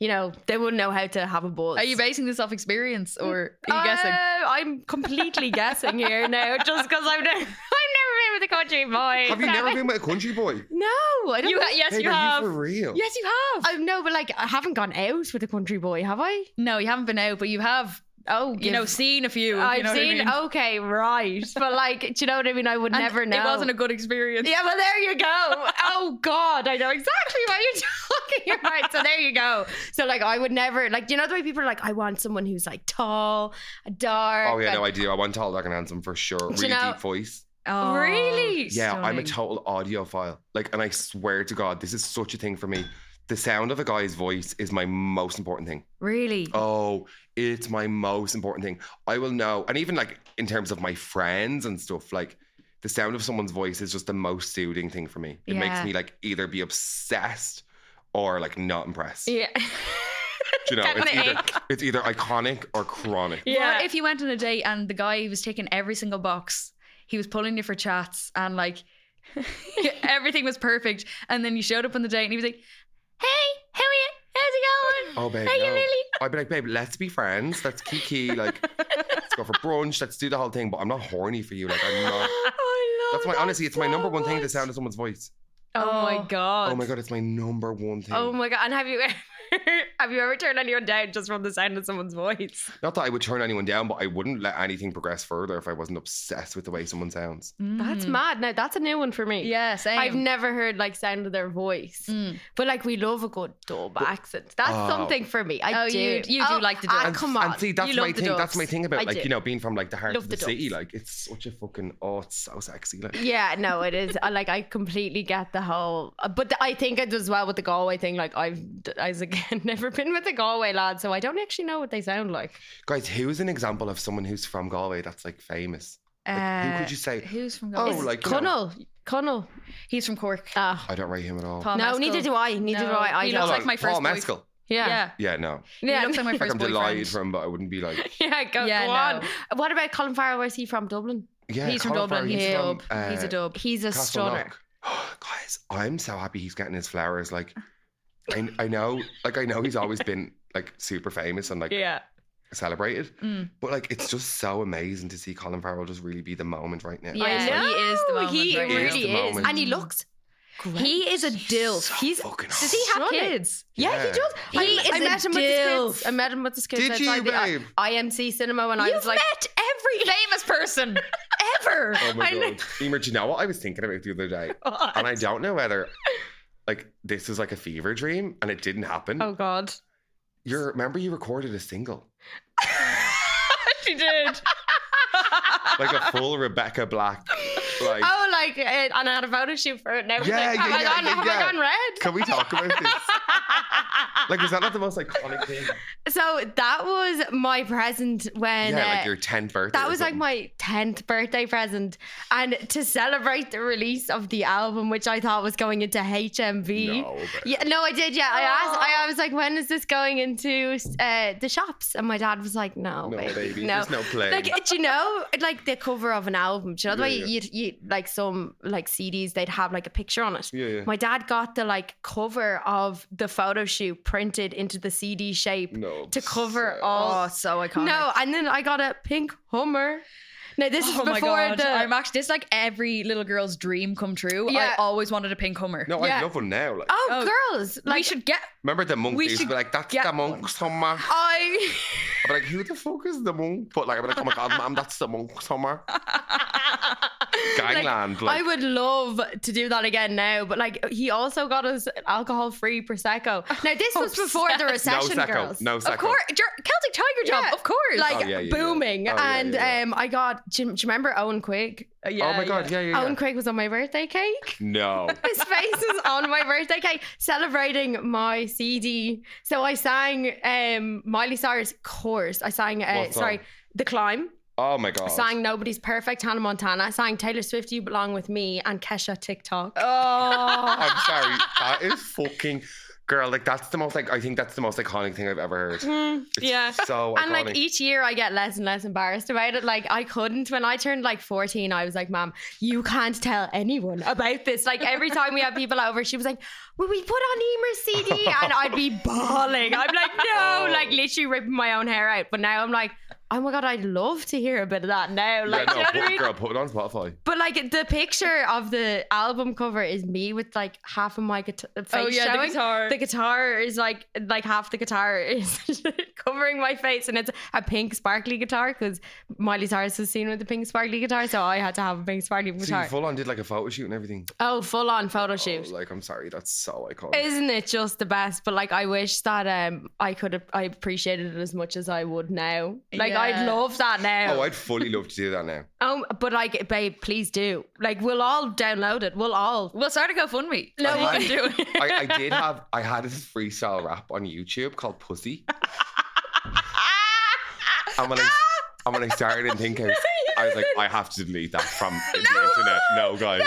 B: you know, they wouldn't know how to have a buzz.
C: Are you basing this off experience or are you guessing?
B: Uh, I'm completely guessing here now, just because I've never, I've never been with a country boy.
D: Have you never been with a country boy?
B: No, I don't.
C: You ha-
B: think-
C: yes,
D: Babe,
C: you
D: are
C: have.
D: You for real?
C: yes, you have.
B: Oh, no, but like I haven't gone out with a country boy, have I?
C: no, you haven't been out, but you have,
B: Oh,
C: you know, seen a few. if
B: I've
C: you know what I
B: seen.
C: mean.
B: Okay, right, but like, do you know what I mean? I would
C: And
B: never know.
C: It wasn't a good experience.
B: Yeah, well, there you go. Oh God, I know exactly what you're talking about. So there you go. So like, I would never like. Do you know the way people are like, I want someone who's like tall, dark.
D: Oh yeah, no,
B: and-
D: I do. I want tall, dark, and handsome for sure. Really
B: know-
D: deep voice.
C: Oh,
B: Really?
D: Yeah, I'm
C: stunning.
D: a total audiophile. Like, and I swear to God, this is such a thing for me. The sound of a guy's voice is my most important thing.
C: Really?
D: Oh, it's my most important thing. I will know, and even like in terms of my friends and stuff, like the sound of someone's voice is just the most soothing thing for me. It makes
C: Yeah.
D: me like either be obsessed or like not impressed.
B: Yeah.
D: Do you know, it's
B: Getting the
D: either, it's either iconic or chronic.
B: Yeah.
C: What if you went on a date and the guy was taking every single box, he was pulling you for chats and like everything was perfect, and then you showed up on the date and he was like, "Hey, how are you? How's it going?
D: Oh, babe.
C: Hey, you
D: no.
C: really-
D: I'd be like, babe, let's be friends. Let's kiki. Like, let's go for brunch. Let's do the whole thing. But I'm not horny for you. Like, I'm not.
B: I
D: That's my honestly. It's my number one thing. The
B: that
D: sound of someone's voice.
B: Oh,
C: Oh.
B: my God.
D: Oh my god, it's my number one thing.
B: Oh my God. And have you ever, have you ever turned anyone down just from the sound of someone's voice?
D: Not that I would turn anyone down, but I wouldn't let anything progress further if I wasn't obsessed with the way someone sounds.
C: Mm.
B: That's mad. No, that's a new one for me.
C: Yeah, same.
B: I've never heard like sound of their voice, but like we love a good dub accent. That's
D: Oh.
B: something for me. I
C: Oh,
B: do.
C: you- you do like the
B: ah,
C: dub.
D: And,
B: come on,
D: and see, that's
B: you love
D: my
B: the
D: thing. That's
B: dubs.
D: my thing
B: I
D: about like
B: do.
D: you know being from like the heart
B: Love
D: of the,
B: the
D: city.
B: dubs.
D: Like it's such a fucking oh, it's so sexy. Like
B: Yeah, no, it is. I like I completely get the whole, uh, but I think it as well with the Galway thing. Like I've, I've again never been with the Galway lad, so I don't actually know what they sound like.
D: guys, who's an example of someone who's from Galway that's like famous? Like, who could you say?
C: Who's from?
D: Oh,
C: Galway?
D: like you know-
B: Connell, Connell.
C: he's from Cork.
B: Ah,
D: I don't rate him at all.
C: Paul
B: no,
C: Mescal.
B: neither do I. Neither do
C: No,
B: I. I
C: he
B: don't.
C: looks
D: Hold
C: like
D: on,
C: my first
D: Paul
C: boy-
D: Mescal.
B: yeah, yeah.
C: Yeah,
D: Yeah, no.
C: he
B: Yeah.
C: looks like my
D: Like
C: first
D: I'm
C: boyfriend.
D: delighted from, but I wouldn't be like.
B: go,
C: Yeah,
B: go
C: no.
B: on. What about Colin Farrell? Where's he from? Dublin.
D: Yeah,
C: he's from
D: Colin Farrell,
C: Dublin. He's a
D: from,
C: dub. he's
D: uh,
C: a dub.
B: He's a
D: Castle
B: stunner.
D: Knock. Guys, I'm so happy he's getting his flowers. Like, I, I know, like I know he's always been like super famous and like
B: Yeah.
D: celebrated.
C: Mm.
D: But like, it's just so amazing to see Colin Farrell just really be the moment right now.
C: Yeah,
B: I
C: he is the
B: know,
C: moment.
B: he
C: right now.
D: really He is the is. moment.
B: and he looks great.
C: He is a dilf.
D: so
C: he's
D: fucking
C: does he have
B: hot.
C: kids?
B: yeah,
D: Yeah.
B: he does.
C: He
B: I,
C: is
B: I
C: a
B: met him with his kids.
C: dilf.
B: I met him with his kids.
D: Did you,
B: outside the I-
D: babe?
B: IMC cinema when I
C: You've
B: was like,
C: met every famous person ever.
D: Oh my
B: I know.
D: god, Emer, do you know what I was thinking about the other day? And I don't know whether like this is like a fever dream and it didn't happen.
B: oh god,
D: You remember you recorded a single,
C: she did.
D: like a full Rebecca Black. Like,
B: oh like, uh, and I had a photo shoot for it and everything.
D: Yeah, yeah,
B: have I
D: yeah,
B: gone,
D: yeah,
B: have
D: yeah.
B: I gone red?
D: can we talk about this? Like, was that not the most iconic thing?
B: So that was my present when
D: yeah,
B: uh,
D: like your tenth birthday.
B: that
D: or
B: was like
D: something.
B: my 10th birthday present. And to celebrate the release of the album, which I thought was going into HMV.
D: No, but-
B: Yeah, no, I did. Yeah, I asked. I, I was like, "When is this going into uh, the shops?" And my dad was like, "No,
D: No,
B: baby,
D: baby,
B: no."
D: there's no play.
B: Like, do you know, like the cover of an album? Do you know the
D: Yeah,
B: way
D: yeah.
B: you'd, you like some like CDs? They'd have like a picture on it.
D: Yeah, yeah.
B: My dad got the like cover of the photo shoot printed into the CD shape
D: no,
B: to cover
D: so-
B: all.
C: Oh, so iconic.
B: No, and then I got a pink Hummer. No, this is
C: Oh my
B: before
C: god!
B: the.
C: I'm actually this is like every little girl's dream come true.
B: Yeah.
C: I always wanted a pink Hummer.
D: No, I
B: Yeah.
D: love one now. Like,
B: oh,
C: Oh.
B: girls!
C: like, we
B: Like
C: should get.
D: remember the monk
C: we
D: used to
C: should
D: be like, "That's
C: get
D: the monk, summer."
B: I.
D: I'd be like, "Who the fuck is the monk?" But like, I'd be like, "Oh my god, mom, that's the monk, summer." Gangland. Like,
B: I would love to do that again now, but like he also got us alcohol-free prosecco. Now this was before the
D: no
B: recession,
D: secco,
B: girls.
D: no secco.
C: Of course, Jer- Celtic Tiger Jump.
B: Yeah.
C: Of course.
B: Like
D: Oh, yeah, yeah, yeah.
B: booming,
D: Oh, yeah,
B: and
D: yeah.
B: um, I got. Do you, do you remember Owen Quigg?
D: oh my god, yeah, yeah. yeah.
B: Owen Quigg was on my birthday cake.
D: No.
B: His face was on my birthday cake, celebrating my CD. So I sang um, Miley Cyrus' "Course." I sang, uh,
D: What song?
B: sorry, "The Climb."
D: Oh my god.
B: Sang "Nobody's Perfect," Hannah Montana. Sang Taylor Swift, "You Belong with Me," and Kesha TikTok.
C: Oh.
D: I'm sorry. That is fucking girl. Like that's the most like I think that's the most iconic thing I've ever heard. It's
B: yeah.
D: So iconic.
B: And like each year, I get less and less embarrassed about it. Like I couldn't when I turned like fourteen. I was like, "Mom, you can't tell anyone about this." Like every time we had people over, she was like, "Will we put on Emer's CD?" And I'd be bawling. I'm like,
D: Oh.
B: "No!" Like literally ripping my own hair out. But now I'm like, "Oh my god, I'd love to hear a bit of that now."
D: yeah,
B: Like,
D: no,
B: do you know what I
D: put,
B: mean?
D: girl, put it on Spotify.
B: But like the picture of the album cover is me with like half of my guitar face
C: Oh, yeah, the
B: showing.
C: guitar.
B: The guitar is like like half the guitar is covering my face, and it's a pink sparkly guitar because Miley Cyrus was seen with a pink sparkly guitar, so I had to have a pink sparkly
D: So you
B: guitar.
D: full on did like a photo shoot and everything.
B: oh, full on photo shoot.
D: Oh, like I'm sorry, that's so iconic.
B: Isn't it just the best? But like, I wish that um I could have I appreciated it as much as I would now. Like, I'd
C: Yeah.
B: love that now.
D: oh, I'd fully love to do that now.
B: Um, but like, babe, please do. Like, we'll all download it. We'll all.
C: We'll start a GoFundMe.
B: No,
C: So you
D: I-
C: can do it.
D: I, I did have I had this freestyle rap on YouTube called Pussy. and when I and when I started in Think House, I was like, I have to delete that from the internet. No, guys.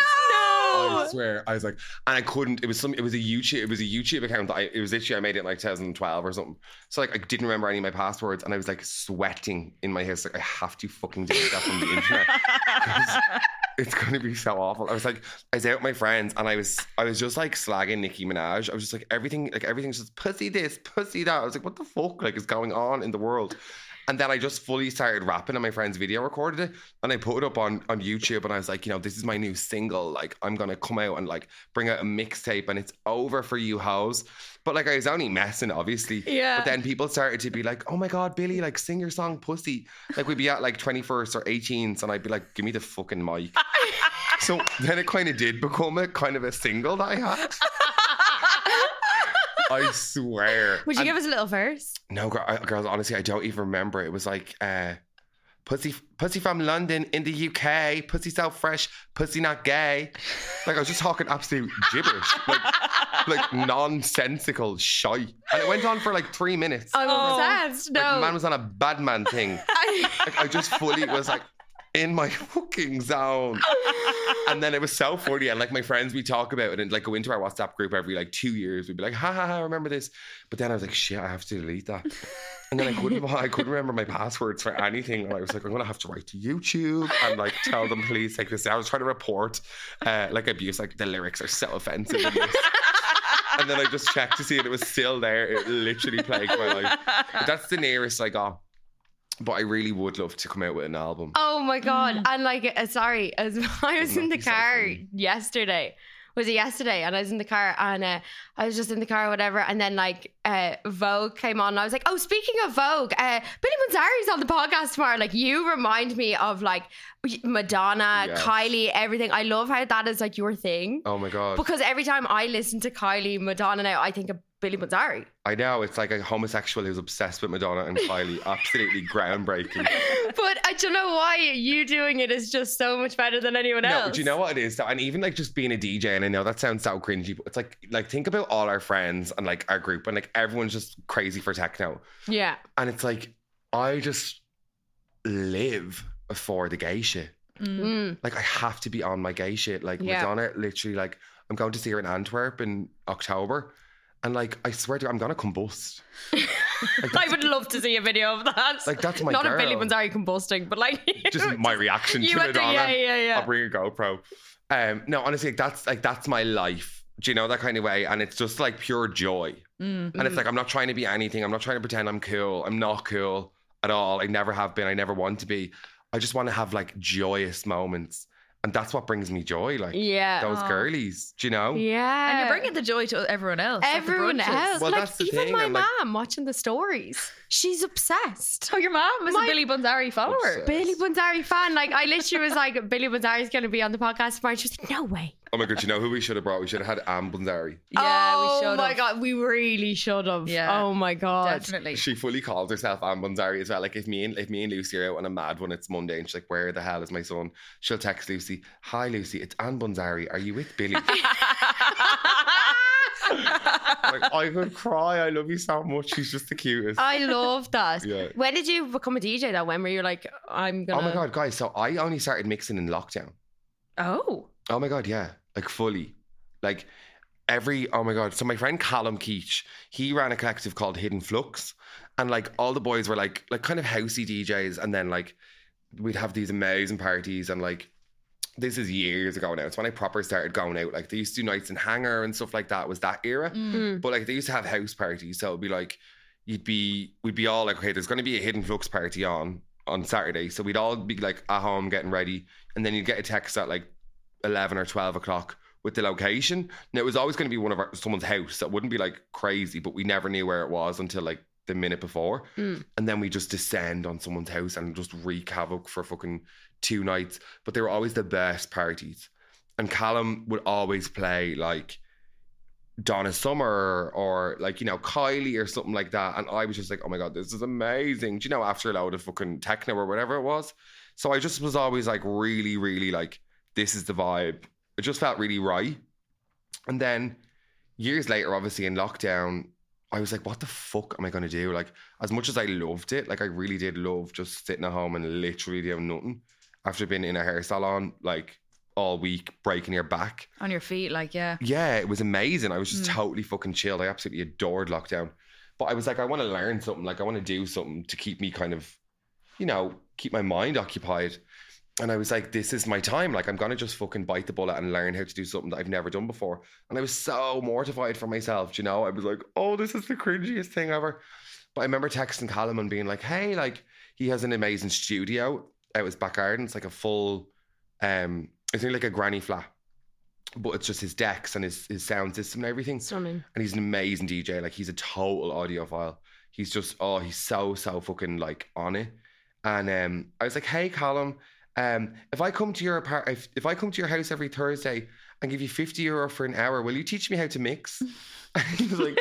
D: I swear, I was like, and I couldn't. It was some. It was a YouTube. It was a YouTube account. That I it was literally I made it in like 2012 or something. So like I didn't remember any of my passwords, and I was like sweating in my house. Like I have to fucking delete that from the internet. 'Cause It's gonna be so awful. I was like, I was out with my friends, and I was, I was just like slagging Nicki Minaj. I was just like everything, like everything's just pussy this, pussy that. I was like, what the fuck, like is going on in the world? And then I just fully started rapping, and my friend's video recorded it, and I put it up on on YouTube. And I was like, you know, this is my new single. Like, I'm gonna come out and like bring out a mixtape, and it's over for you hoes. But like, I was only messing, obviously.
B: Yeah.
D: But then people started to be like, oh my god, Billy, like sing your song, pussy. Like we'd be at like 21st or 18th, and I'd be like, give me the fucking mic. so then it kind of did become a kind of a single that I had. I swear.
B: Would you give us a little verse?
D: No, gr- I- girls, honestly, I don't even remember. It was like, uh, pussy, pussy from London in the UK, pussy so fresh, pussy not gay. Like I was just talking absolute gibberish, like, like nonsensical shite, and it went on for like three minutes.
B: I'm
C: Oh.
B: obsessed. No.
D: Like, man was on a bad man thing. like I just fully was like in my fucking zone. And then it was so funny. And like my friends, we talk about it and like go into our WhatsApp group every like two years. We'd be like, ha ha ha, remember this. But then I was like, shit, I have to delete that. And then I couldn't I couldn't remember my passwords for anything. And I was like, I'm gonna have to write to YouTube and like tell them please take this. down." I was trying to report uh, like abuse, like the lyrics are so offensive. in this. and then I just checked to see it, it was still there. It literally plagued my life. But that's the nearest I got. But I really would love to come out with an album.
B: Oh my god!
D: Mm.
B: And like, uh, sorry, as I was
D: Wouldn't
B: in
D: that
B: the
D: be so
B: car
D: funny?
B: yesterday. Was it yesterday? And I was in the car, and uh, I was just in the car, or whatever. And then like uh, Vogue came on, and I was like, "Oh, speaking of Vogue, uh, Billy Manzari's on the podcast tomorrow. Like, you remind me of like Madonna,
D: Yes.
B: Kylie, everything. I love how that is like your thing
D: Oh my god!
B: because every time I listen to Kylie, Madonna, now I think of Billy Manzari.
D: I know it's like a homosexual who's obsessed with Madonna and Kylie. Absolutely groundbreaking.
B: but I don't know why you doing it is just so much better than anyone else.
D: No, but you know what it is though, and even like just being a DJ, and I know that sounds so cringy, but it's like like think about all our friends and like our group, and like everyone's just crazy for techno,
B: Yeah.
D: and it's like I just live for the gay shit.
C: Mm.
B: Mm.
D: Like I have to be on my gay shit. Like
B: Yeah.
D: Madonna, literally, like I'm going to see her in Antwerp in October, and like I swear to, you, I'm gonna combust.
B: I would love to see a video of that.
D: Like that's my
B: Not
D: girl.
B: a Billy Manzari combusting, but like
D: Just my reaction
B: you
D: to
B: went to-
D: Madonna.
B: yeah, yeah, yeah.
D: I'll bring a GoPro. Um, no, honestly, like, that's like that's my life. Do you know that kind of way? And it's just like pure joy.
C: Mm.
D: And it's like I'm not trying to be anything. I'm not trying to pretend I'm cool. I'm not cool at all. I never have been. I never want to be. I just want to have like joyous moments, and that's what brings me joy. Like
B: yeah.
D: those
C: Aw.
D: girlies, do you know?
B: yeah.
C: And you're bringing the joy to everyone else. at
B: Uh,
C: the
B: everyone
C: brunches.
B: else.
D: Well,
B: like
D: that's the
B: even
D: thing,
B: my
D: I'm like-
B: mom watching the stories. She's obsessed.
C: So Oh, your mom is
B: My-
C: a Billy Bunzari follower.
D: Obsessed.
B: Billy Bunzari fan. Like I literally was like, Billy Bunzari's gonna be on the podcast tomorrow. She was like, no way.
D: Oh my god, do you know who we should have brought? We should have had Anne Bunzari.
C: Yeah,
B: oh
C: we showed
B: my
C: up.
B: god, we really should have.
C: Yeah.
B: Oh my god.
C: Definitely.
D: She fully calls herself Anne Bunzari as well. Like if me and if me and Lucy are out on a mad one, it's Monday, and she's like, "Where the hell is my son?" She'll text Lucy, "Hi Lucy, it's Anne Bunzari. Are you with Billy?" like I could cry. I love you so much. She's just the cutest.
B: I love that.
D: Yeah.
B: When did you become a DJ though? When were you like, I'm gonna
D: Oh my god, guys! So I only started mixing in lockdown.
C: oh.
D: Oh my god, yeah, like fully, like every. Oh my god! So my friend Callum Keach, he ran a collective called Hidden Flux, and like all the boys were like like kind of housey DJs, and then like we'd have these amazing parties, and like this is years ago now. It's when I proper started going out. Like they used to do nights in hangar and stuff like that. Was that era?
C: Mm.
B: Mm.
D: But like they used to have house parties, so it'd be like you'd be we'd be all like, okay, there's gonna be a hidden flux party on on Saturday. So we'd all be like at home getting ready, and then you'd get a text at like eleven or twelve o'clock with the location. Now it was always gonna be one of our someone's house. That wouldn't be like crazy, but we never knew where it was until like the minute before.
B: Mm.
D: And then we just descend on someone's house and just wreak havoc for fucking two nights. But they were always the best parties. And Callum would always play like Donna Summer or like, you know, Kylie or something like that. And I was just like, oh my God, this is amazing. Do you know, after a load of fucking techno or whatever it was. So I just was always like, really, really like, this is the vibe. It just felt really right. And then years later, obviously in lockdown, I was like, what the fuck am I going to do? Like, as much as I loved it, like, I really did love just sitting at home and literally doing nothing after being in a hair salon, like, all week, breaking your back.
C: On your feet, like, yeah.
D: Yeah, it was amazing. I was just totally fucking chilled. I absolutely adored lockdown. But I was like, I want to learn something. Like, I want to do something to keep me kind of, you know, keep my mind occupied. And I was like, this is my time. Like, I'm going to just fucking bite the bullet and learn how to do something that I've never done before. And I was so mortified for myself. do You know, I was like, oh, this is the cringiest thing ever. But I remember texting Callum and being like, hey, like, he has an amazing studio out his back garden. It's like a full, um, it's nearly like a granny flat but it's just his decks and his, his sound system and everything.
B: Stunning.
D: And he's an amazing DJ. Like he's a total audiophile. He's just oh, he's so so fucking like on it. And um, I was like, hey Callum, um, if I come to your apart, if, if I come to your house every Thursday and give you fifty euro for an hour, will you teach me how to mix? And he was like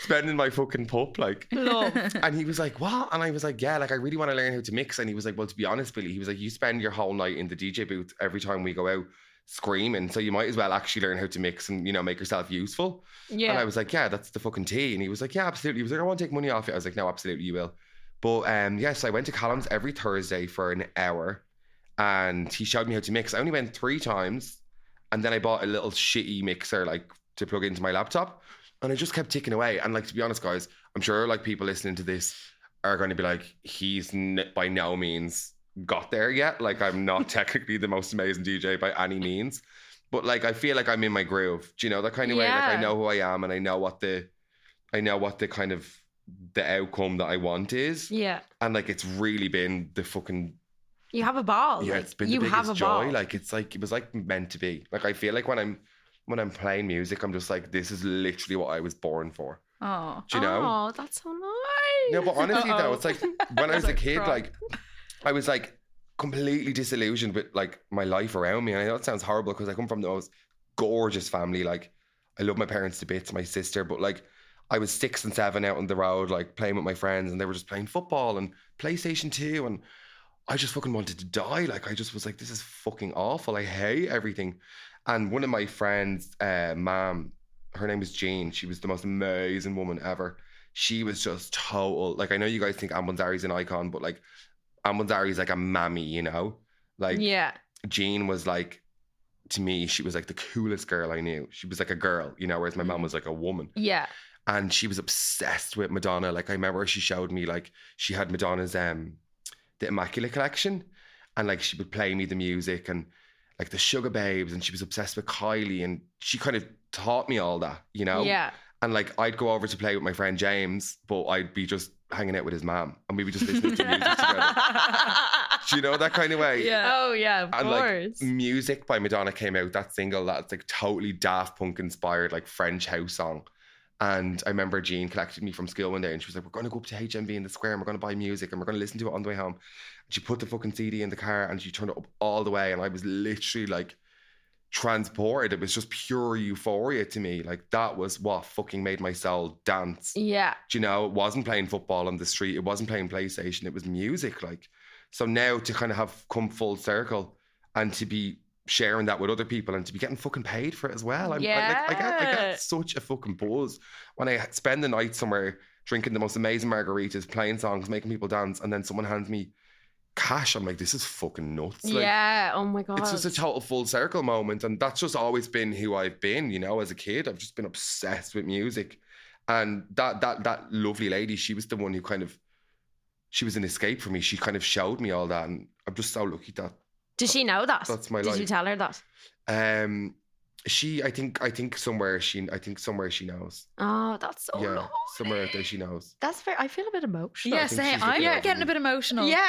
D: spending my fucking pup like.
B: Love.
D: And he was like, What? And I was like, Yeah, like I really want to learn how to mix. And he was like, Well, to be honest, Billy, he was like, You spend your whole night in the DJ booth every time we go out screaming. So you might as well actually learn how to mix and, you know, make yourself useful. And I
B: Yeah.
D: was like, Yeah, that's the fucking tea. And he was like, Yeah, absolutely. He was like, I won't take money off it. I was like, No, absolutely, you will. But um, yeah, so I went to Callum's every Thursday for an hour and he showed me how to mix. I only went three times and then I bought a little shitty mixer like to plug into my laptop and I just kept ticking away. And like, to be honest, guys, I'm sure like people listening to this are going to be like, he's n- by no means got there yet. Like, I'm not technically the most amazing DJ by any means, but like, I feel like I'm in my groove. Do you know that kind of way? Like, I
B: Yeah.
D: know who I am and I know what the, I know what the kind of the outcome that I want is.
B: Yeah.
D: And like it's really been the fucking
B: You have a ball.
D: yeah,
B: Oh, like,
D: it's been
B: you
D: the
B: have a
D: biggest joy.
B: ball.
D: Like it's like it was like meant to be. Like I feel like when I'm when I'm playing music, I'm just like, this is literally what I was born for.
C: Oh.
D: Do you know?
B: Oh, that's so nice.
D: No, but honestly though, it's like when I was a
B: Oh. Like,
D: kid,
B: cry.
D: like I was like completely disillusioned with like my life around me. And I know it sounds horrible because I come from the most gorgeous family. Like I love my parents to bits, my sister, but like I was six and seven out on the road, like playing with my friends, and they were just playing football and PlayStation 2. And I just fucking wanted to die. Like I just was like, this is fucking awful. I hate everything. And one of my friends, uh, mom, her name was Jean. She was the most amazing woman ever she was just total. Like I know you guys think Ambonzari's an icon, but like Ambonzari's like a mammy, you know. Like
B: yeah.
D: Jean was like to me, she was like the coolest girl I knew. She was like a girl, you know, whereas my mom was like a woman.
B: Yeah.
D: And she was obsessed with Madonna. Like I remember she showed me like she had Madonna's um the Immaculate collection, and like she would play me the music and like the Sugar Babes, and she was obsessed with Kylie, and she kind of taught me all that, you know.
B: Yeah.
D: And like I'd go over to play with my friend James, but I'd be just hanging out with his mom and we would just listen to music together. Do you know that kind of way?
C: Yeah.
B: Oh yeah, of
D: And
B: course.
D: like music by Madonna came out, that single that's like totally Daft Punk inspired, like French house song. And I remember Jean collected me from school one day and she was like, We're gonna go up to HMB in the square and we're gonna buy music and we're gonna listen to it on the way home. And she put the fucking CD in the car and she turned it up all the way. And I was literally like transported. It was just pure euphoria to me. Like that was what fucking made my soul dance.
B: yeah.
D: Do you know, it wasn't playing football on the street. It wasn't playing PlayStation. It was music. Like, so now to kind of have come full circle and to be sharing that with other people and to be getting fucking paid for it as well. I'm, I, like, I, get, I
B: Yeah.
D: get such a fucking buzz when I spend the night somewhere drinking the most amazing margaritas, playing songs, making people dance, and then someone hands me cash. I'm like, this is fucking nuts. Like,
B: yeah. Oh my god.
D: It's just a total full circle moment. And that's just always been who I've been, you know, as a kid. I've just been obsessed with music. And that that that lovely lady, she was the one who kind of she was an escape for me. She kind of showed me all that. And I'm just so lucky that
B: Did she know that?
D: That's my
B: Did you
D: life.
B: tell her that?
D: um she I think I think somewhere she I think somewhere she knows.
B: Oh, that's so
D: yeah.
B: lovely.
D: Somewhere out there she knows.
B: That's very. I feel a bit emotional.
C: Yeah,
D: I think
C: same.
D: she's a
C: I'm
D: girl.
C: getting a bit emotional.
B: Yeah.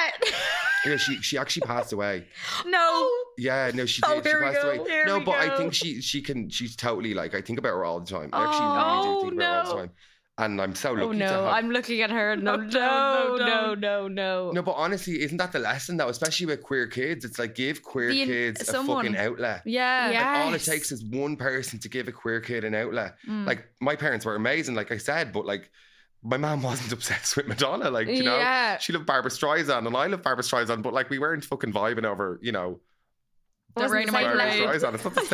D: Yeah, she she actually passed away.
C: No.
D: Yeah, no, she did.
C: Oh,
D: she
C: here we
D: passed
C: go.
D: away.
C: Here
D: no,
C: we
D: but I
C: go.
D: think she she can. She's totally like I think about her all the time. I actually really
B: Oh,
D: do think about her all
B: no.
D: the time. And I'm so lucky.
B: oh
D: to
B: no,
D: have,
B: I'm looking at her.
C: Oh,
B: No, no, no, no, no.
D: No, but honestly, isn't that the lesson though? Especially with queer kids, it's like give queer
C: The in-
D: kids
C: someone.
D: a fucking outlet.
C: Yeah.
B: Yeah.
D: All
B: Yes.
D: it takes is one person to give a queer kid an outlet.
C: Mm.
D: Like my parents were amazing, like I said, but like my mom wasn't obsessed with Madonna. Like you know,
B: Yeah.
D: she loved Barbara Streisand, and I love Barbara Streisand, but like we weren't fucking vibing over, you know,
C: The
B: Wasn't the
C: rain in my
B: same
D: Barbara
C: parade.
B: way.
D: Streisand. It's not the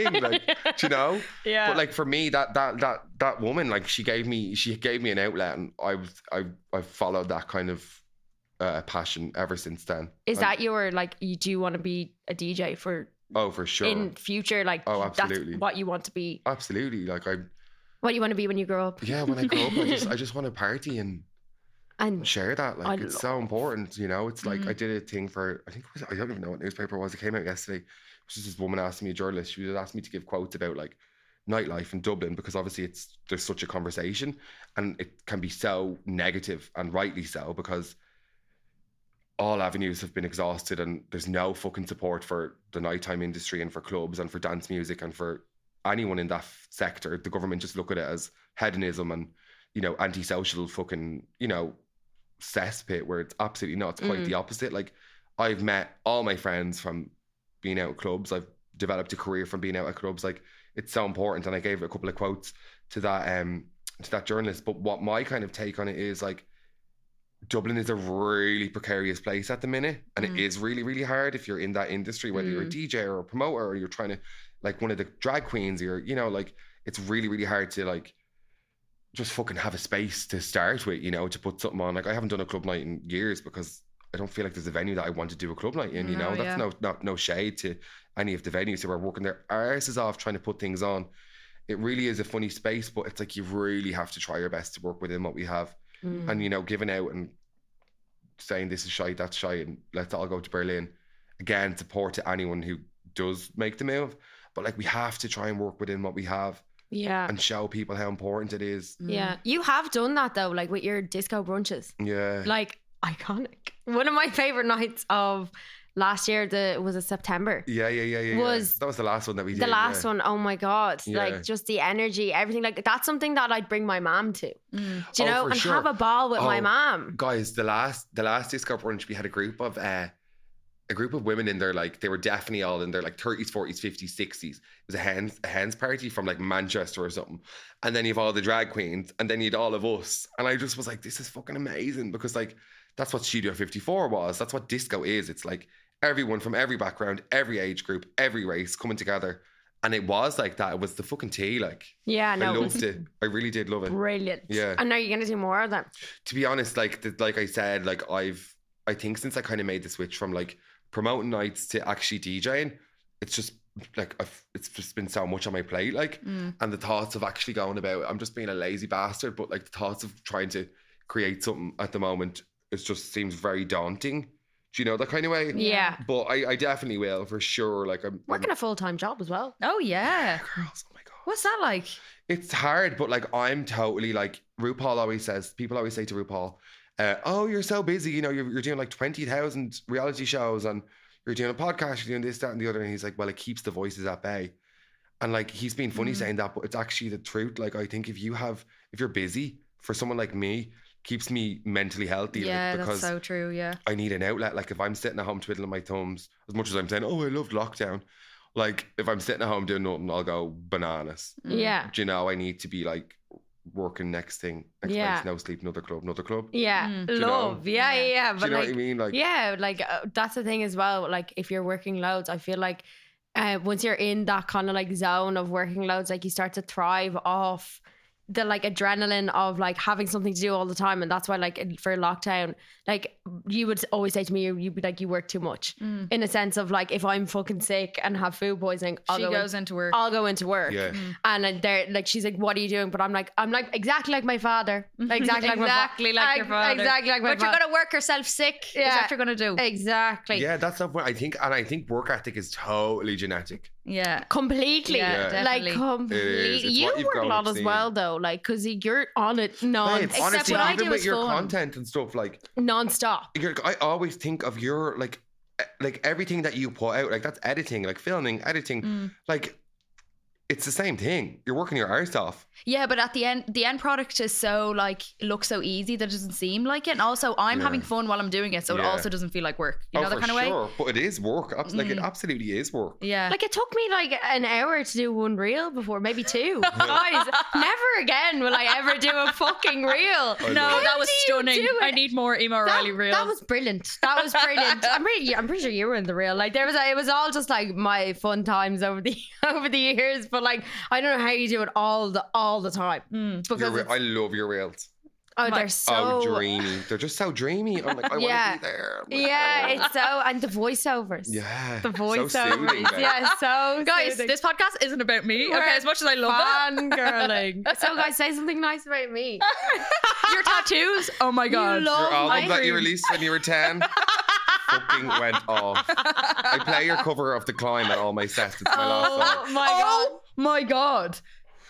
D: same thing, like do you know.
B: Yeah.
D: But like for me, that that that that woman, like she gave me she gave me an outlet, and I was I I followed that kind of uh, passion ever since then.
B: is
D: And-
B: that your like? You do want to be a DJ for
D: oh for sure,
B: in future? Like,
D: Oh, absolutely.
B: that's what you want to be.
D: absolutely. Like I
B: What you want to be when you grow up.
D: yeah, when I grow up, I just I just want to party and
B: And
D: share that. Like
B: I
D: it's
B: love-
D: so important, you know. It's like I
C: Mhm.
D: did a thing for I think it was, I don't even know what newspaper it was. It came out yesterday. It was just this woman asking me, a journalist. She was asking me to give quotes about like nightlife in Dublin because obviously it's there's such a conversation and it can be so negative and rightly so because all avenues have been exhausted and there's no fucking support for the nighttime industry and for clubs and for dance music and for anyone in that f- sector. The government just look at it as hedonism and you know antisocial fucking you know cesspit where it's absolutely not. It's quite
B: Mm.
D: the opposite. Like I've met all my friends from being out at clubs. I've developed a career from being out at clubs. Like it's so important. And I gave a couple of quotes to that um to that journalist. But what my kind of take on it is like Dublin is a really precarious place at the minute. And
C: Mm.
D: it is really, really hard if you're in that industry, whether you're a DJ or a promoter or you're trying to like one of the drag queens or you know, like it's really, really hard to like just fucking have a space to start with, you know, to put something on. Like I haven't done a club night in years because I don't feel like there's a venue that I want to do a club night in, you
C: No,
D: know.
C: yeah.
D: That's no no no shade to any of the venues who are working their arses off trying to put things on. It really is a funny space, but it's like you really have to try your best to work within what we have.
B: Mm.
D: And you know, giving out and saying this is shy, that's shy, and let's all go to Berlin. Again, support to anyone who does make the move. But like we have to try and work within what we have
B: Yeah. Mm.
D: and show people how important it is.
B: Yeah. You have done that though, like with your disco brunches.
D: Yeah.
B: Like iconic. One of my favorite nights of last year, the was it September?
D: yeah, yeah, yeah, yeah. yeah.
B: was
D: that was the last one that we did?
B: The last
D: yeah.
B: one, oh my god!
D: Yeah.
B: Like just the energy, everything. Like that's something that I'd bring my mom to,
C: Mm.
B: do you
D: Oh,
B: know,
D: for
B: and
D: sure.
B: have a ball with my
D: Oh,
B: mom.
D: guys the last the last disco brunch we had a group of uh a group of women in their like they were definitely all in their like 30s 40s 50s 60s it was a hands a hands party from like manchester or something and then you've all the drag queens and then you'd all of us and i just was like this is fucking amazing because like that's what studio 54 was that's what disco is it's like everyone from every background every age group every race coming together and it was like that it was the fucking tea like
B: Yeah, no,
D: i
B: it was
D: loved it i really did love it
B: brilliant.
D: Yeah.
B: and now you're gonna do more of them.
D: to be honest, like the, like I said, like I've I think since I kind of made the switch from like promoting nights to actually DJing, it's just like I've, it's just been so much on my plate, like,
C: mm.
D: and the thoughts of actually going about it, I'm just being a lazy bastard, but like the thoughts of trying to create something at the moment, it just seems very daunting. Do you know that kind of way?
B: Yeah,
D: But I, I definitely will for sure. Like I'm
B: working
D: I'm,
B: a full time job as well.
C: Oh yeah.
D: girls. Oh my god.
C: What's that like?
D: It's hard, but like I'm totally like RuPaul always says. People always say to RuPaul, uh, "Oh, you're so busy. You know, you're, you're doing like twenty thousand reality shows, and you're doing a podcast. You're doing this, that, and the other." And he's like, "Well, it keeps the voices at bay." And like he's been
C: Mm.
D: funny saying that, but it's actually the truth. Like I think if you have, if you're busy, for someone like me, keeps me mentally healthy.
C: yeah,
D: like,
C: that's
D: because
C: so true. Yeah.
D: I need an outlet. Like if I'm sitting at home twiddling my thumbs, as much as I'm saying, "Oh, I loved lockdown," like if I'm sitting at home doing nothing, I'll go bananas
C: Mm.
B: Yeah,
D: do you know, I need to be like working next thing, next
B: Yeah.
D: place, no sleep, another club, another club.
B: yeah,
C: Mm.
D: you know?
B: love. Yeah,
C: Yeah.
B: yeah, yeah. But
D: do you know
B: like,
D: what I mean? Like,
B: yeah, like uh, that's the thing as well. Like if you're working loads, I feel like uh, once you're in that kind of like zone of working loads, like you start to thrive off the like adrenaline of like having something to do all the time, and that's why like in- for lockdown, like you would always say to me, you- you'd be like you work too much
C: Mm.
B: in a sense of like if I'm fucking sick and have food poisoning, I'll
C: She
B: go. in-
C: goes into work.
B: I'll go into work.
D: yeah.
C: Mm-hmm.
B: And uh, they're like, she's like, "What are you doing?" But I'm like, I'm like exactly like my father, Like, exactly, like my fa-
C: Exactly like your
B: Ex-
C: father.
B: exactly like my
C: but
B: father.
C: you're gonna work yourself sick. Yeah. Is
B: Yeah.
C: what you're gonna do.
B: exactly.
D: yeah, that's not what I think. And I think work ethic is totally genetic.
C: Yeah.
B: completely
C: Yeah, Yeah.
B: like
C: definitely.
D: It is.
B: completely
D: It's
B: you
D: what you've
B: work a
D: grown
B: lot
D: up
B: as
D: seeing.
B: well though like because you're on it
D: Babe,
B: non
D: honestly,
C: what I
D: even
C: do
D: with
C: is
D: your
C: fun.
D: content and stuff, like,
B: non-stop
D: you're, I always think of your like, e- like everything that you put out, like that's editing, like filming, editing,
C: Mm.
D: like. It's the same thing. You're working your arse off.
C: Yeah, but at the end, the end product is so like looks so easy that it doesn't seem like it. And also, I'm
D: Yeah.
C: having fun while I'm doing it, so it
D: Yeah.
C: also doesn't feel like work. You know
D: oh,
C: that
D: for
C: kind of way.
D: sure. But it is work. Abs- Like it
C: Mm.
D: absolutely is work.
C: Yeah.
B: like it took me like an hour to do one reel before maybe two guys never again will i ever do a fucking reel
D: I
C: no,
D: know.
C: that was
B: do you
C: stunning.
B: do
C: I
B: it?
C: need more Emma
B: that,
C: O'Reilly reels.
B: that was brilliant. That was brilliant. I'm pretty. I'm pretty sure you were in the reel. Like there was. A, it was all just like my fun times over the over the years. But like I don't know how you do it all the all the time
C: Mm.
D: Your
B: because
D: re-
B: it's-
D: I love your reels.
B: oh
C: my-
B: they're so
D: oh, dreamy. They're just so dreamy. I'm like, I
B: Yeah.
D: want to be there.
B: Yeah, it's so and the voiceovers.
D: Yeah.
B: The
D: So soothing,
B: voiceovers.
D: babe.
B: yeah, so
C: Guys,
B: soothing.
C: this podcast isn't about me.
B: We're
C: okay, as much as I love
B: fangirling. so guys, say something nice about me.
C: it, your tattoos. Oh my god.
B: love-
D: Your
B: Oh, my
D: album that you
B: room.
D: released when you were 10 fucking went off. I play your cover of The Climb at all my sets. It's my last song.
B: Oh my
C: oh my god.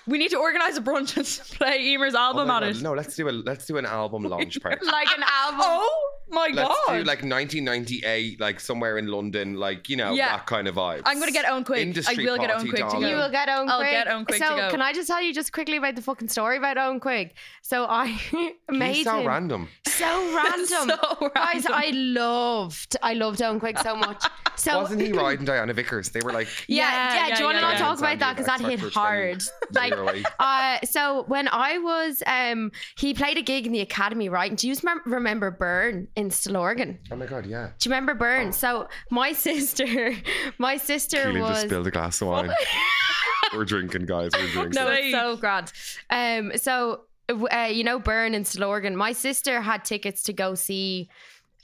C: We need to organize a brunch and play Emer's
D: Oh
C: album
D: my
C: on
D: God,
C: it.
D: No, let's do a let's do an album launch party.
B: god. Like an album.
C: Oh my
D: Let's
C: god.
D: do like 1998, like somewhere in London, like you know
C: Yeah.
D: that kind of vibe.
C: I'm gonna get own quick.
D: Industry
C: I will get own
D: party,
C: quick to
D: darling.
C: go.
B: You will get Owen
C: I'll
B: Quig.
C: get Owen Quig to
B: So
C: go.
B: can I just tell you just quickly about the fucking story about Owen Quig? So I made
D: He's so
B: him
D: random.
B: so
C: So
B: random. Guys,
C: random.
B: I loved, I loved Owen Quig so much. So
D: Wasn't he riding Diana Vickers? They were like
B: Yeah,
C: Yeah,
B: yeah.
C: yeah,
B: Do you want
C: yeah,
B: to not
C: yeah.
B: talk about that because that
D: Sorry
B: hit
D: for
B: hard?
D: Like,
B: Like, uh, so when I was, um, he played a gig in the academy, right? And do you remem- remember Byrne in Stillorgan?
D: oh my god, yeah.
B: Do you remember Byrne? So my sister, my sister
D: Keelan
B: was.
D: just spilled a glass of wine. we're drinking, guys. We're drinking.
B: no,
C: sake.
B: it's so grand. Um, so uh, you know Byrne in Stillorgan. My sister had tickets to go see.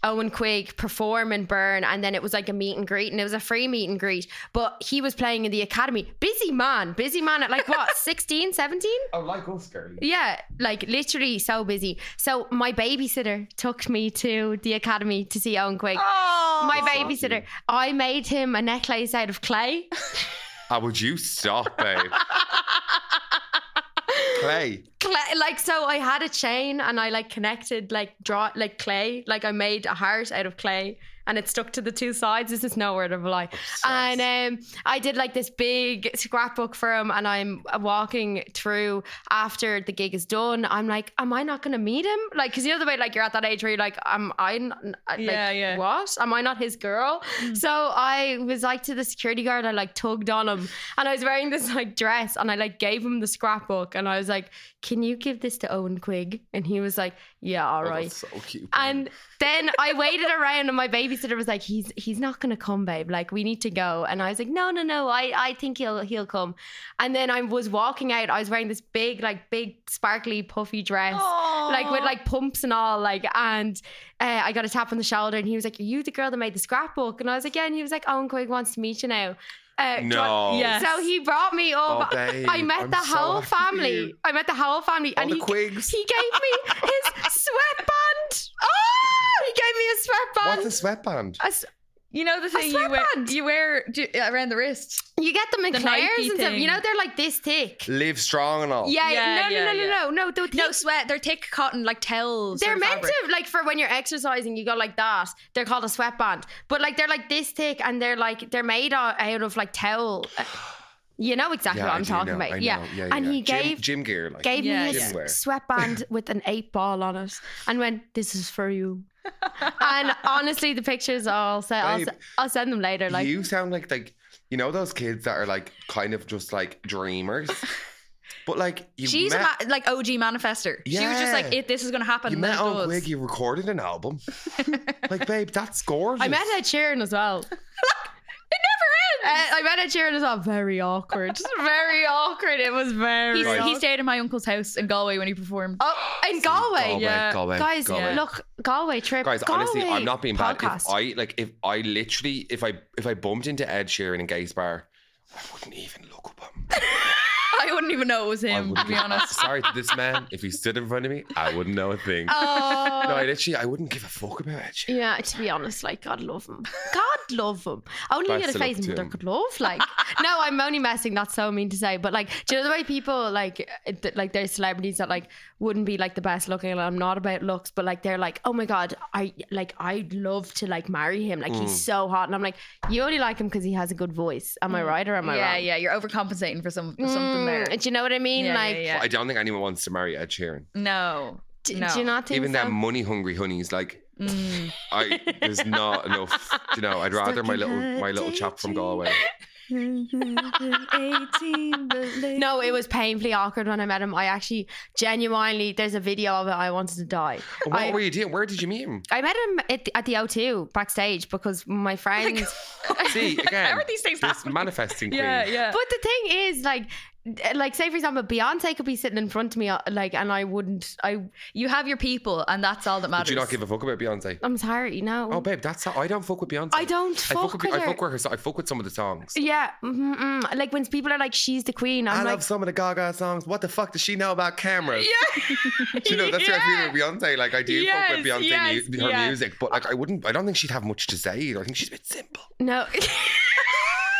B: Owen Quigg perform in Byrne, and then it was like a meet and greet, and it was a free meet and greet. But he was playing in the academy. Busy man, busy man at like what, 16, 17?
D: Oh, like us, girl.
B: Yeah, like literally so busy. So my babysitter took me to the academy to see Owen Quigg.
C: Oh.
B: my
D: That's so
B: babysitter.
D: cute.
B: I made him a necklace out of clay.
D: Ah, would you stop, babe? clay.
B: clay, like so I had a chain and I like connected like draw like clay like I made a heart out of clay and it stuck to the two sides this is no word of a lie and um, I did like this big scrapbook for him and I'm walking through after the gig is done I'm like am I not gonna meet him like because you know the way like you're at that age where you're like am I not, like,
C: Yeah, yeah. Mm.
B: what am I not his girl so I was like to the security guard I like tugged on him and I was wearing this like dress and I like gave him the scrapbook and I was like can you give this to Owen Quigg and he was like yeah all
D: Oh,
B: right
D: that's so cute.
B: and then I waited around, and my babysitter was like, "He's he's not gonna come, babe. Like we need to go." And I was like, "No, no, no. I I think he'll he'll come." And then I was walking out. I was wearing this big like big sparkly puffy dress, like with like pumps and all. Like and uh, I got a tap on the shoulder, and he was like, "Are you the girl that made the scrapbook?" And I was like, "Yeah." And he was like, "Owen Quigg wants to meet you now." Uh, do you want-
D: No.
C: Yes.
B: So he brought me
D: Oh,
B: up.
D: babe,
B: I met
D: I'm
B: the
D: so
B: whole
D: happy for
B: family.
D: you.
B: I met the whole family,
D: All
B: and
D: the
B: he
D: Quiggs.
B: he gave me his sweatband. Oh, he gave me a sweatband.
D: What's a sweatband?
B: A s-
C: You know the thing you wear,
B: sweatband.
C: you wear do, around the wrist.
B: you get them in
C: The
B: Claire's
C: Nike
B: and stuff.
C: thing.
B: You know they're like this thick.
D: Live strong and all.
B: Yeah,
C: Yeah,
B: no, no,
C: yeah,
B: no, no,
C: yeah.
B: no, no, they're
C: No
B: thick.
C: sweat. They're thick cotton like towels.
B: They're
C: sort of
B: meant
C: fabric.
B: to like for when you're exercising, you go like that. They're called a sweatband, but like they're like this thick, and they're like they're made o- out of like towel. Uh, You know exactly
D: Yeah,
B: what
D: I
B: I'm
D: do
B: talking
D: know,
B: about.
D: I
B: yeah.
D: know. yeah,
B: and
D: yeah.
B: he
D: Gym-
B: gave
D: gym gear. Like.
B: gave
C: Yeah,
B: me
C: yeah.
B: his
D: Gym wear.
B: sweatband with an eight ball on it and went, This is for you. and honestly, the pictures I'll send, I'll,
D: Babe,
B: se- I'll send them later. Like,
D: you sound like like you know those kids that are like kind of just like dreamers, but like you
C: She's
D: met,
C: a ma- like OG manifester. She was just like,
D: Yeah.
C: if this is gonna happen,
D: you
C: then
D: met
C: it
D: on
C: does.
D: Wig, you recorded an album. like, babe, that's gorgeous.
B: I met Ed Sheeran as well. Look, it
C: Uh,
B: never ends. I met Ed Sheeran as well. Very awkward. very awkward. It was very
C: He's-
D: Right.
C: He stayed in my uncle's house in Galway when he performed.
B: Oh, in Galway.
D: Galway,
C: yeah.
D: Galway,
B: Guys,
D: Galway.
B: look, Galway trip.
D: Guys, honestly,
B: Galway
D: I'm not being bad.
B: podcast.
D: If I like, if I literally, if I, if I bumped into Ed Sheeran in Gay's Bar, I wouldn't even look up at him.
C: I wouldn't even know it was
D: I
C: him, to
D: wouldn't
C: be
D: give-
C: honest.
D: Sorry to this man. If he stood in front of me, I wouldn't know a thing.
B: Oh.
D: No, I literally, I wouldn't give a fuck about Ed Sheeran.
B: Yeah, to be honest, like God love him. God love him. Only
D: Best
B: you had a
D: of luck
B: face
D: to
B: mother
D: him.
B: could love. Like, no, I'm only messing. That's so mean to say, but like, do you know the way people like, it- that, like, there's celebrities that like wouldn't be like the best looking. And I'm not about looks, but like, they're like, oh my god, I like, I'd love to like marry him. Like,
C: Mm.
B: he's so hot, and I'm like, you only like him because he has a good voice. Am I right or am I
C: Mm. yeah,
B: wrong?
C: yeah, you're overcompensating for some something there.
B: Mm, do you know what I mean?
C: Yeah, yeah,
B: like,
C: yeah.
D: I don't think anyone wants to marry Ed Sheeran.
C: No,
B: d-
C: no.
B: do you not think
D: Even
B: so?
D: that money hungry honeys, like
C: Mm.
D: I there's not enough. You know, I'd rather my little my little chap from Galway.
B: No, it was painfully awkward when I met him. I actually genuinely, there's a video of it. I wanted to die.
D: And what
B: I,
D: were you doing? Where did you meet him?
B: I met him at the, at the O2 backstage because
D: Oh
B: my friends.
D: See again.
C: How are these things
D: this
C: happening?
D: manifesting queen.
C: Yeah, yeah.
B: but the thing is, like, like say for example, Beyonce could be sitting in front of me, uh, like, and I wouldn't. I
C: you have your people, and that's all that matters.
D: Would you not give a fuck about Beyonce?
B: I'm sorry, you know.
D: Oh, babe, that's I don't fuck with Beyonce.
B: I don't
D: I
B: fuck
D: fuck
B: with
D: with, I
B: her.
D: fuck with her. so- I fuck with some of the songs.
B: yeah, mm mm like when people are like, "She's the queen," I'm
D: I
B: like,
D: love some of the Gaga songs. What the fuck does she know about cameras? Yeah, you know that's
C: Yeah.
D: where I feel with Beyonce. Like I do fuck
C: Yes,
D: with Beyonce
C: yes,
D: mu- her
C: yeah.
D: music, but like I wouldn't. I don't think she'd have much to say. either. I think she's a bit simple.
B: "No."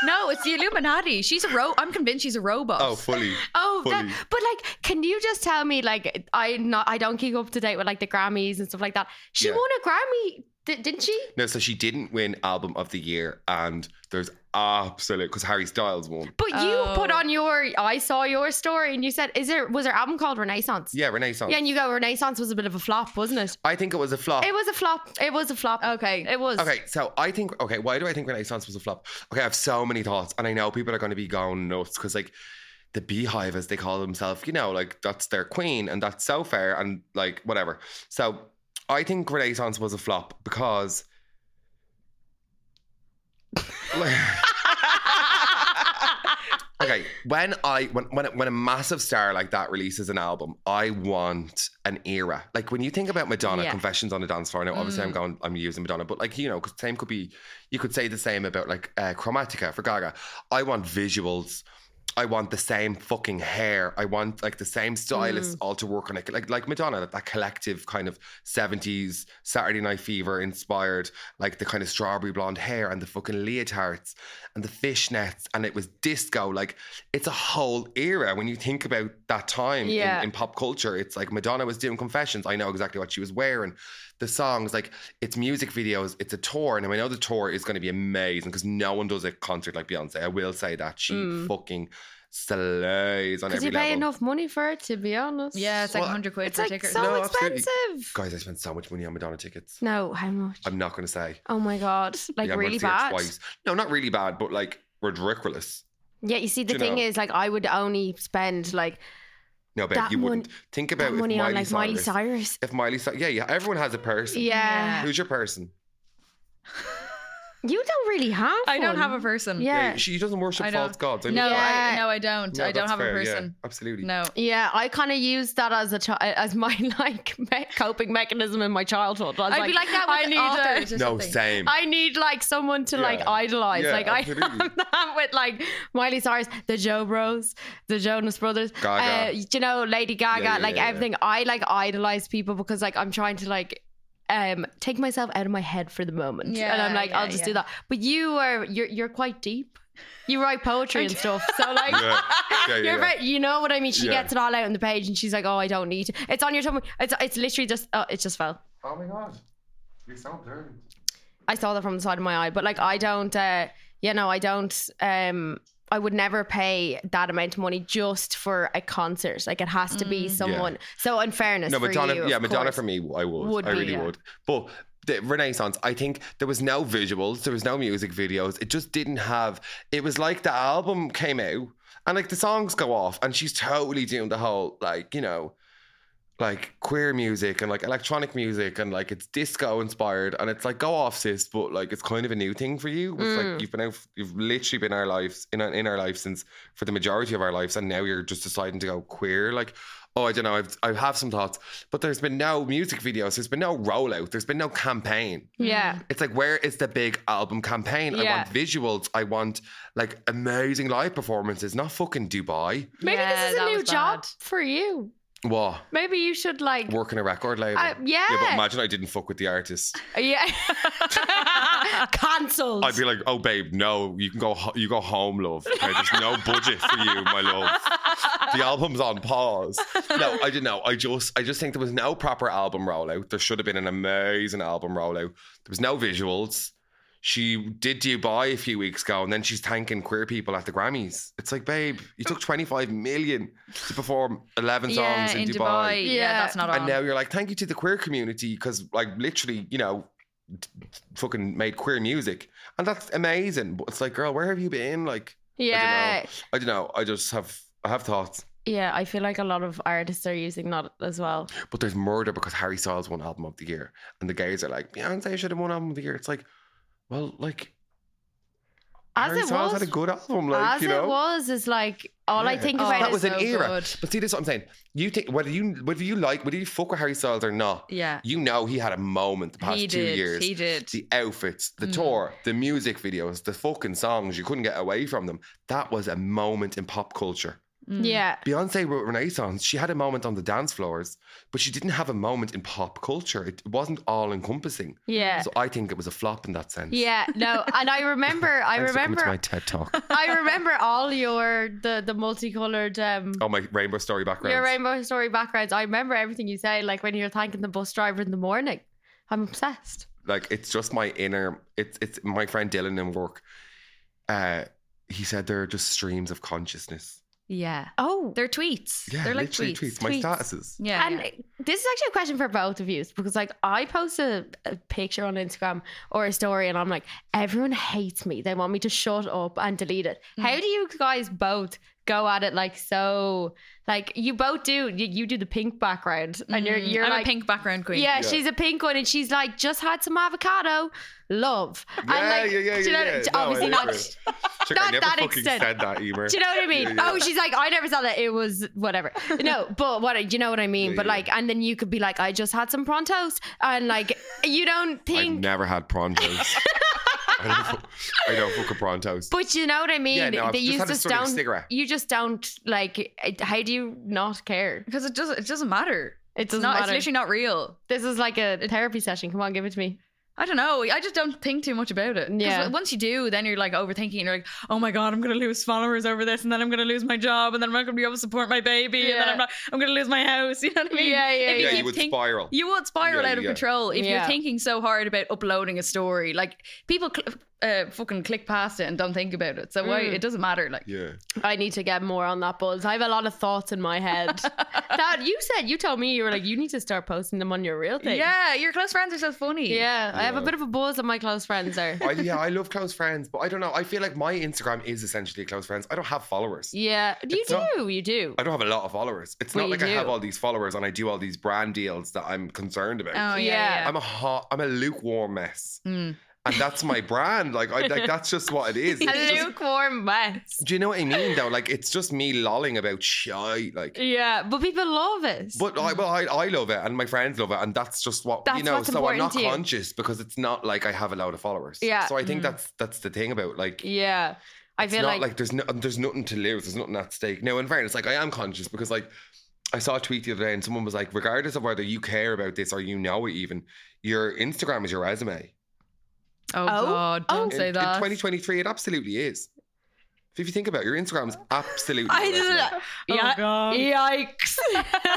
C: No, it's the Illuminati. She's a ro. I'm convinced she's a robot.
D: Oh, fully.
B: Oh, that,
D: Fully.
B: but like, can you just tell me, like, I not, I don't keep up to date with like the Grammys and stuff like that. She
D: Yeah.
B: won a Grammy, di- didn't she?
D: No, so she didn't win album of the year, and there's absolute because Harry Styles won.
B: But you
C: Oh.
B: put on your, I saw your story, and you said, "Is there was her album called Renaissance?"
D: Yeah, Renaissance.
B: Yeah, and you go, Renaissance was a bit of a flop, wasn't it?
D: I think it was a flop.
B: It was a flop. It was a flop.
C: Okay.
B: it was.
D: Oh. Okay, so I think okay, why do I think Renaissance was a flop? Okay, I have so many thoughts, and I know people are going to be going nuts because like the Beehive, as they call themselves, you know, like that's their queen, and that's so fair, and like whatever. So I think Renaissance was a flop because. okay, when I when when a, when a massive star like that releases an album, I want an era. Like when you think about Madonna,
B: Yeah.
D: Confessions on a Dance Floor. Now, obviously, I'm going, I'm using Madonna, but like you know, 'cause same could be. You could say the same about like uh, Chromatica for Gaga. I want visuals. I want the same fucking hair. I want like the same stylists all to work on it. Like like Madonna, that, that collective kind of 70s Saturday Night Fever inspired, like the kind of strawberry blonde hair and the fucking leotards and the fishnets. And it was disco. Like it's a whole era. When you think about that time in-
B: Yeah.
D: in, pop culture, it's like Madonna was doing confessions. I know exactly what she was wearing. The songs, like it's music videos, it's a tour. And I know the tour is going to be amazing because no one does a concert like Beyonce. I will say that. She fucking slays on
B: Because
D: every
B: you pay
D: level.
B: enough money for it, to be honest.
C: Yeah, it's like
D: Well,
C: 100 quid
B: it's
C: for a
B: like
C: ticket.
B: so
D: No, absolutely.
B: expensive.
D: Guys, I spent so much money on Madonna tickets.
B: No, how much?
D: I'm not going to say.
B: oh my god, like
D: Yeah, I'm gonna
B: really
D: see her
B: bad.
D: twice. No, not really bad, but like ridiculous.
B: Yeah, you see, the
D: You
B: thing
D: know.
B: is, like, I would only spend like
D: No, babe,
B: That
D: you
B: mon-
D: wouldn't. Think
B: that
D: about if
B: money
D: Miley
B: on like Miley Cyrus.
D: If Miley Cyrus, yeah, yeah, everyone has a person.
B: Yeah.
D: Who's your person?
B: you don't really have.
C: I don't have a
B: one.
C: person.
B: Yeah,
D: She doesn't worship
C: I
D: false
C: don't-
D: gods. I
C: No,
D: mean,
C: I,
B: Yeah.
C: no, I don't.
D: No,
C: I don't
D: that's
C: have a
D: fair, yeah,
C: person.
D: absolutely.
C: No.
B: yeah. I kind of used that as a chi- as my like me- coping mechanism in my childhood. I was
C: I'd be like that with
B: I need a-
C: authors or
D: No,
C: something.
D: same.
B: I need like someone to like
D: Yeah.
B: idolize.
D: Yeah,
B: like I
D: absolutely.
B: have that with like Miley Cyrus, the Joe Bros, the Jonas Brothers,
D: Gaga.
B: Uh, you know, Lady Gaga,
D: yeah,
B: like
D: yeah, yeah.
B: everything. I like idolize people because like I'm trying to like um take myself out of my head for the moment, and I'm
C: Yeah,
B: like I'll
C: yeah,
B: just
C: yeah.
B: do that. But you are you're you're quite deep. You write poetry and stuff, so like.
D: Yeah. Yeah, yeah,
B: You're
D: yeah.
B: very, you know what I mean. She
D: Yeah.
B: gets it all out on the page, and she's like, "Oh, I don't need to." It's on your tummy. It's it's literally just oh, it just fell.
D: Oh my god. You're so dirty.
B: I saw that from the side of my eye, but like I don't uh you know, I don't um I would never pay that amount of money just for a concert. Like it has to be someone. So in fairness,
D: No, Madonna.
B: for you,
D: yeah,
B: of
D: Madonna
B: course.
D: for me, I would.
B: Would
D: I
B: be,
D: really
B: yeah.
D: would. But the Renaissance, I think there was no visuals, there was no music videos. It just didn't have. It was like the album came out and like the songs go off, and she's totally doing the whole like you know. Like queer music and like electronic music and like it's disco inspired and it's like go off sis but like it's kind of a new thing for you it's like you've been out you've literally been our lives in our, in our life since for the majority of our lives and now you're just deciding to go queer like oh i don't know I've, i have some thoughts but there's been no music videos there's been no rollout there's been no campaign
B: Yeah.
D: it's like where is the big album campaign i
B: Yeah.
D: want visuals i want like amazing live performances not fucking dubai
B: Maybe
C: Yeah,
B: this is a
C: that
B: new
C: was
B: job
C: bad.
B: for you.
D: what
B: Maybe you should like
D: working a record label
B: Uh, yeah.
D: but imagine i didn't fuck with the artist
B: yeah cancelled.
D: i'd be like oh babe no you can go ho- you go home love okay there's no budget for you my love the album's on pause. No, I didn't know. I just I just think there was no proper album rollout. There should have been an amazing album rollout. There was no visuals. She did Dubai a few weeks ago, and then she's thanking queer people at the Grammys. It's like, babe, you took 25 million to perform 11 songs
C: yeah, in
D: in, Dubai.
C: Dubai. Yeah,
B: Yeah.
C: that's not on.
D: And now you're like, thank you to the queer community because, like, literally, you know, t- fucking made queer music. And that's amazing. But it's like, girl, where have you been? Like,
B: yeah.
D: I don't know. I just have, I have thoughts.
B: Yeah, I feel like a lot of artists are using that as well.
D: But there's murder because Harry Styles won album of the year, and the guys are like, Beyonce should have won album of the year. It's like, well, like
B: As
D: Harry
B: it
D: Styles
B: was.
D: had a good album, like
B: As
D: you know.
B: it was, is like all I
D: Yeah.
B: think
C: Oh,
B: about
C: that
D: That
B: is
D: was an
C: so
D: era.
C: good.
D: But see, this is what I'm saying. You think whether you whether you like whether you fuck with Harry Styles or not,
C: yeah.
D: you know he had a moment the past
C: He
D: two
C: did.
D: years.
C: He did.
D: The outfits, the
C: Mm.
D: tour, the music videos, the fucking songs. You couldn't get away from them. That was a moment in pop culture.
C: Mm.
B: yeah.
D: Beyonce wrote Renaissance. She had a moment on the dance floors, but she didn't have a moment in pop culture. It wasn't all encompassing.
B: Yeah.
D: So I think it was a flop in that sense.
B: Yeah, no, and I remember, I
D: Thanks for coming
B: remember,
D: to my TED talk.
B: I remember all your the the multicolored um
D: oh, my rainbow story background.
B: your rainbow story backgrounds. I remember everything you say, like when you're thanking the bus driver in the morning. I'm obsessed.
D: like it's just my inner. It's it's my friend Dylan in work. Uh, he said they're just streams of consciousness.
C: Yeah.
B: Oh,
C: They're tweets.
D: Yeah,
C: They're like
D: literally
C: tweets.
D: tweets. My
B: Tweets.
D: statuses.
C: Yeah.
B: and
C: yeah.
B: this is actually a question for both of you because, like, I post a, a picture on Instagram or a story, and I'm like, everyone hates me. They want me to shut up and delete it.
C: Mm.
B: How do you guys both go at it like so? Like, you both do. You, you do the pink background, and you're
C: Mm,
B: you're
C: I'm
B: like
C: a pink background queen.
B: Yeah, she's a pink one, and she's like, just had some avocado, love. and like, do you know,
D: No, I
B: obviously
D: love
B: not.
D: it. Check, I
B: not
D: never
B: that
D: fucking
B: extent.
D: said that, Emer.
B: Do you know what I mean?
D: Yeah, yeah.
B: Oh, she's like, I never saw that. It was whatever. No, but what? Do you know what I mean?
D: Yeah,
B: but
D: yeah.
B: like, and then you could be like, I just had some prontos, and like, you don't
D: I've
B: think.
D: never had prontos. I don't, fu- I don't fucking prontos.
B: But you know what I mean?
D: yeah, no, I've
B: That you
D: just had a
B: just
D: stunning
B: don't.
D: cigarette.
B: You just don't like. it- How do you not care?
C: because it doesn't it doesn't matter.
B: It
C: It's
B: doesn't
C: not.
B: matter.
C: It's literally not real.
B: this is like a therapy session. Come on, give it to me.
C: I don't know. I just don't think too much about it. 'Cause
B: Yeah.
C: Once you do, then you're like overthinking. You're like, oh my god, I'm gonna lose followers over this, and then I'm gonna lose my job, and then I'm not gonna be able to support my baby, and then
B: Yeah.
C: I'm not. I'm gonna lose my house. You know what I mean?
B: Yeah, yeah,
C: If
D: Yeah, you
C: keep
D: would
C: think-
D: spiral.
C: You would spiral
D: Yeah,
C: out of
D: yeah.
C: control if
B: Yeah.
C: you're thinking so hard about uploading a story. Like people cl- uh, fucking click past it and don't think about it. So why
B: Mm.
C: it doesn't matter. Like
D: yeah.
B: I need to get more on that buzz. I have a lot of thoughts in my head. that you said you told me you were like you need to start posting them on your real thing.
C: yeah, your close friends are so funny.
B: yeah. I have a
D: Yeah.
B: bit of a buzz on my close friends there.
D: I, yeah, I love close friends, but I don't know. I feel like my Instagram is essentially close friends. I don't have followers.
B: yeah, you
D: It's
B: do.
D: not-
B: you do.
D: I don't have a lot of followers. It's
B: Well,
D: not
B: you
D: like I have
B: do.
D: all these followers and I do all these brand deals that I'm concerned about.
C: Oh yeah.
B: Yeah.
C: yeah.
D: I'm a hot, I'm a lukewarm mess,
C: Mm.
D: and that's my brand. Like, I, like that's just what it is. It's
B: A
D: just-
B: lukewarm mess.
D: do you know what I mean? Though, like, it's just me lolling about shite. Like,
B: Yeah, but people love it.
D: But I, well, I, I love it, and my friends love it, and that's just what
B: That's
D: you know.
B: what's
D: So I'm
B: important
D: not
B: to you.
D: conscious because it's not like I have a lot of followers.
B: Yeah.
D: So I think
C: Mm.
D: that's that's the thing about like.
B: yeah, I
D: It's
B: feel
D: not like,
B: like,
D: there's no, there's nothing to lose. There's nothing at stake. No, in fairness, like I am conscious because like I saw a tweet the other day, and someone was like, regardless of whether you care about this or you know it, even your Instagram is your resume.
C: Oh,
B: Oh.
C: god,
B: Oh.
C: don't
D: In,
C: say
D: in
C: that.
D: 2023, it absolutely is. If you think about it, your Instagram is absolutely.
B: I
D: your resume.
B: just,
C: oh
B: yeah,
C: god.
B: yikes.